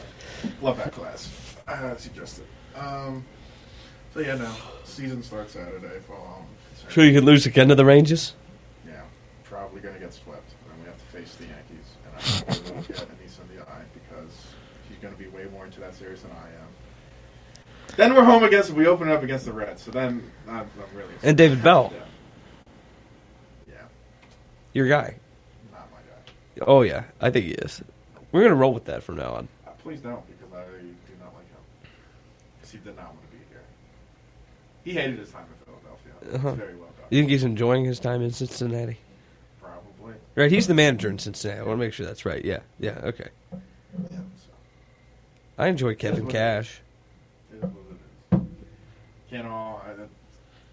S7: love that class. I would suggest it. Um, so yeah, no. Season starts Saturday. For all I'm
S3: [LAUGHS]
S7: concerned.
S3: sure, you could lose again to the Rangers.
S7: Yeah, probably gonna get swept, and then we have to face the Yankees. And I have to look at Anissa in the eye because she's gonna be way more into that series than I am. Then we're home against. We open up against the Reds, so then I'm, I'm really.
S3: And David Bell,
S7: Yeah. yeah,
S3: your guy.
S7: not my guy.
S3: Oh yeah, I think he is. We're gonna roll with that from now on.
S7: Uh, please don't, because I do not like him. 'Cause he did not want to be here. He hated his time in Philadelphia.
S3: Uh-huh.
S7: It's very well done.
S3: You think he's enjoying his time in Cincinnati?
S7: Probably.
S3: Right, he's the manager in Cincinnati. I want to make sure that's right. Yeah, yeah, okay.
S7: Yeah. So.
S3: I enjoy Kevin Cash.
S7: It is what it is. Can't all. I, that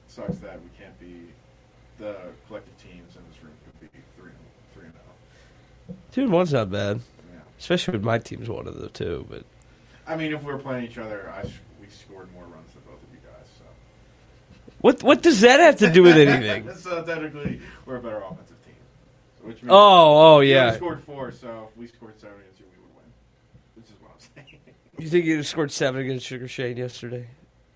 S7: sucks that we can't be the collective teams in this room could be three and three and oh. zero.
S3: Two and one's not bad,
S7: Yeah.
S3: especially when my team's one of the two. But
S7: I mean, if we were playing each other, I sh- we scored more runs than both of you guys. So.
S3: what what does that have to do with
S7: [LAUGHS]
S3: anything?
S7: so uh, technically, we're a better offensive team. So which means
S3: Oh, oh
S7: you
S3: yeah.
S7: only scored four. So if we scored seven against you, we would win. This is what I'm [LAUGHS] saying.
S3: You think you scored seven against Sugar Shane yesterday?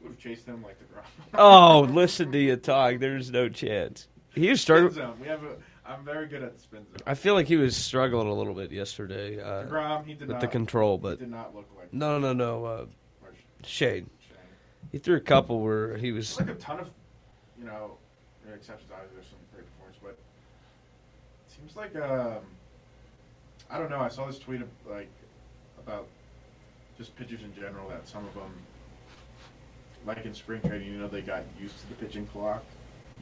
S7: Would have chased them like the ground.
S3: Oh, listen to you talk. There's no chance. He was
S7: [LAUGHS] Spin
S3: struggling.
S7: zone. We have a. I'm very good at the spin zone.
S3: I feel like he was struggling a little bit yesterday uh,
S7: Degrom, he did
S3: with
S7: not.
S3: the control,
S7: he
S3: but
S7: did not look like
S3: no, no, no. Uh,
S7: Marsh-
S3: Shane,
S7: Shane.
S3: he threw a couple where he was.
S7: There's like a ton of, you know, you know, exceptions. Obviously, there's some great performance, but it seems like um, I don't know. I saw this tweet of, like about just pitchers in general that some of them, like in spring training, you know, they got used to the pitching clock.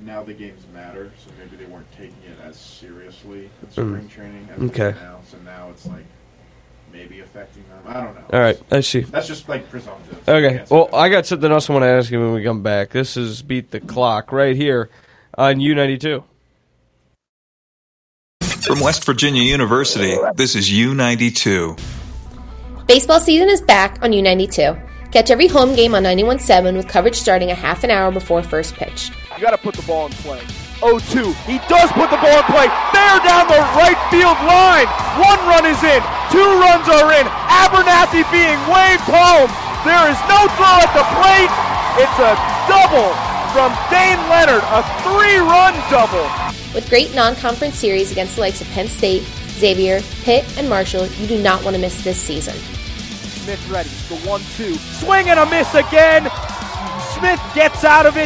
S7: Now the games matter, so maybe they weren't taking it as seriously in spring training as they
S3: Mm. Okay.
S7: do now. So now it's like maybe affecting them. I don't know.
S3: All right, I see.
S7: That's just like presumptive.
S3: Okay.
S7: Can't say
S3: Well,
S7: that.
S3: I got something else I want to ask you when we come back. This is Beat the Clock right here on U92.
S1: From West Virginia University, this is U92.
S9: Baseball season is back on U92. Catch every home game on 91.7 with coverage starting a half an hour before first pitch.
S5: You got to put the ball in play. 0 2. He does put the ball in play. They're down the right field line. One run is in. Two runs are in. Abernathy being waved home. There is no throw at the plate. It's a double from Dane Leonard, a three run double.
S9: With great non-conference series against the likes of Penn State, Xavier, Pitt, and Marshall, you do not want to miss this season.
S5: Smith ready. The 1 2. Swing and a miss again. Smith gets out of it.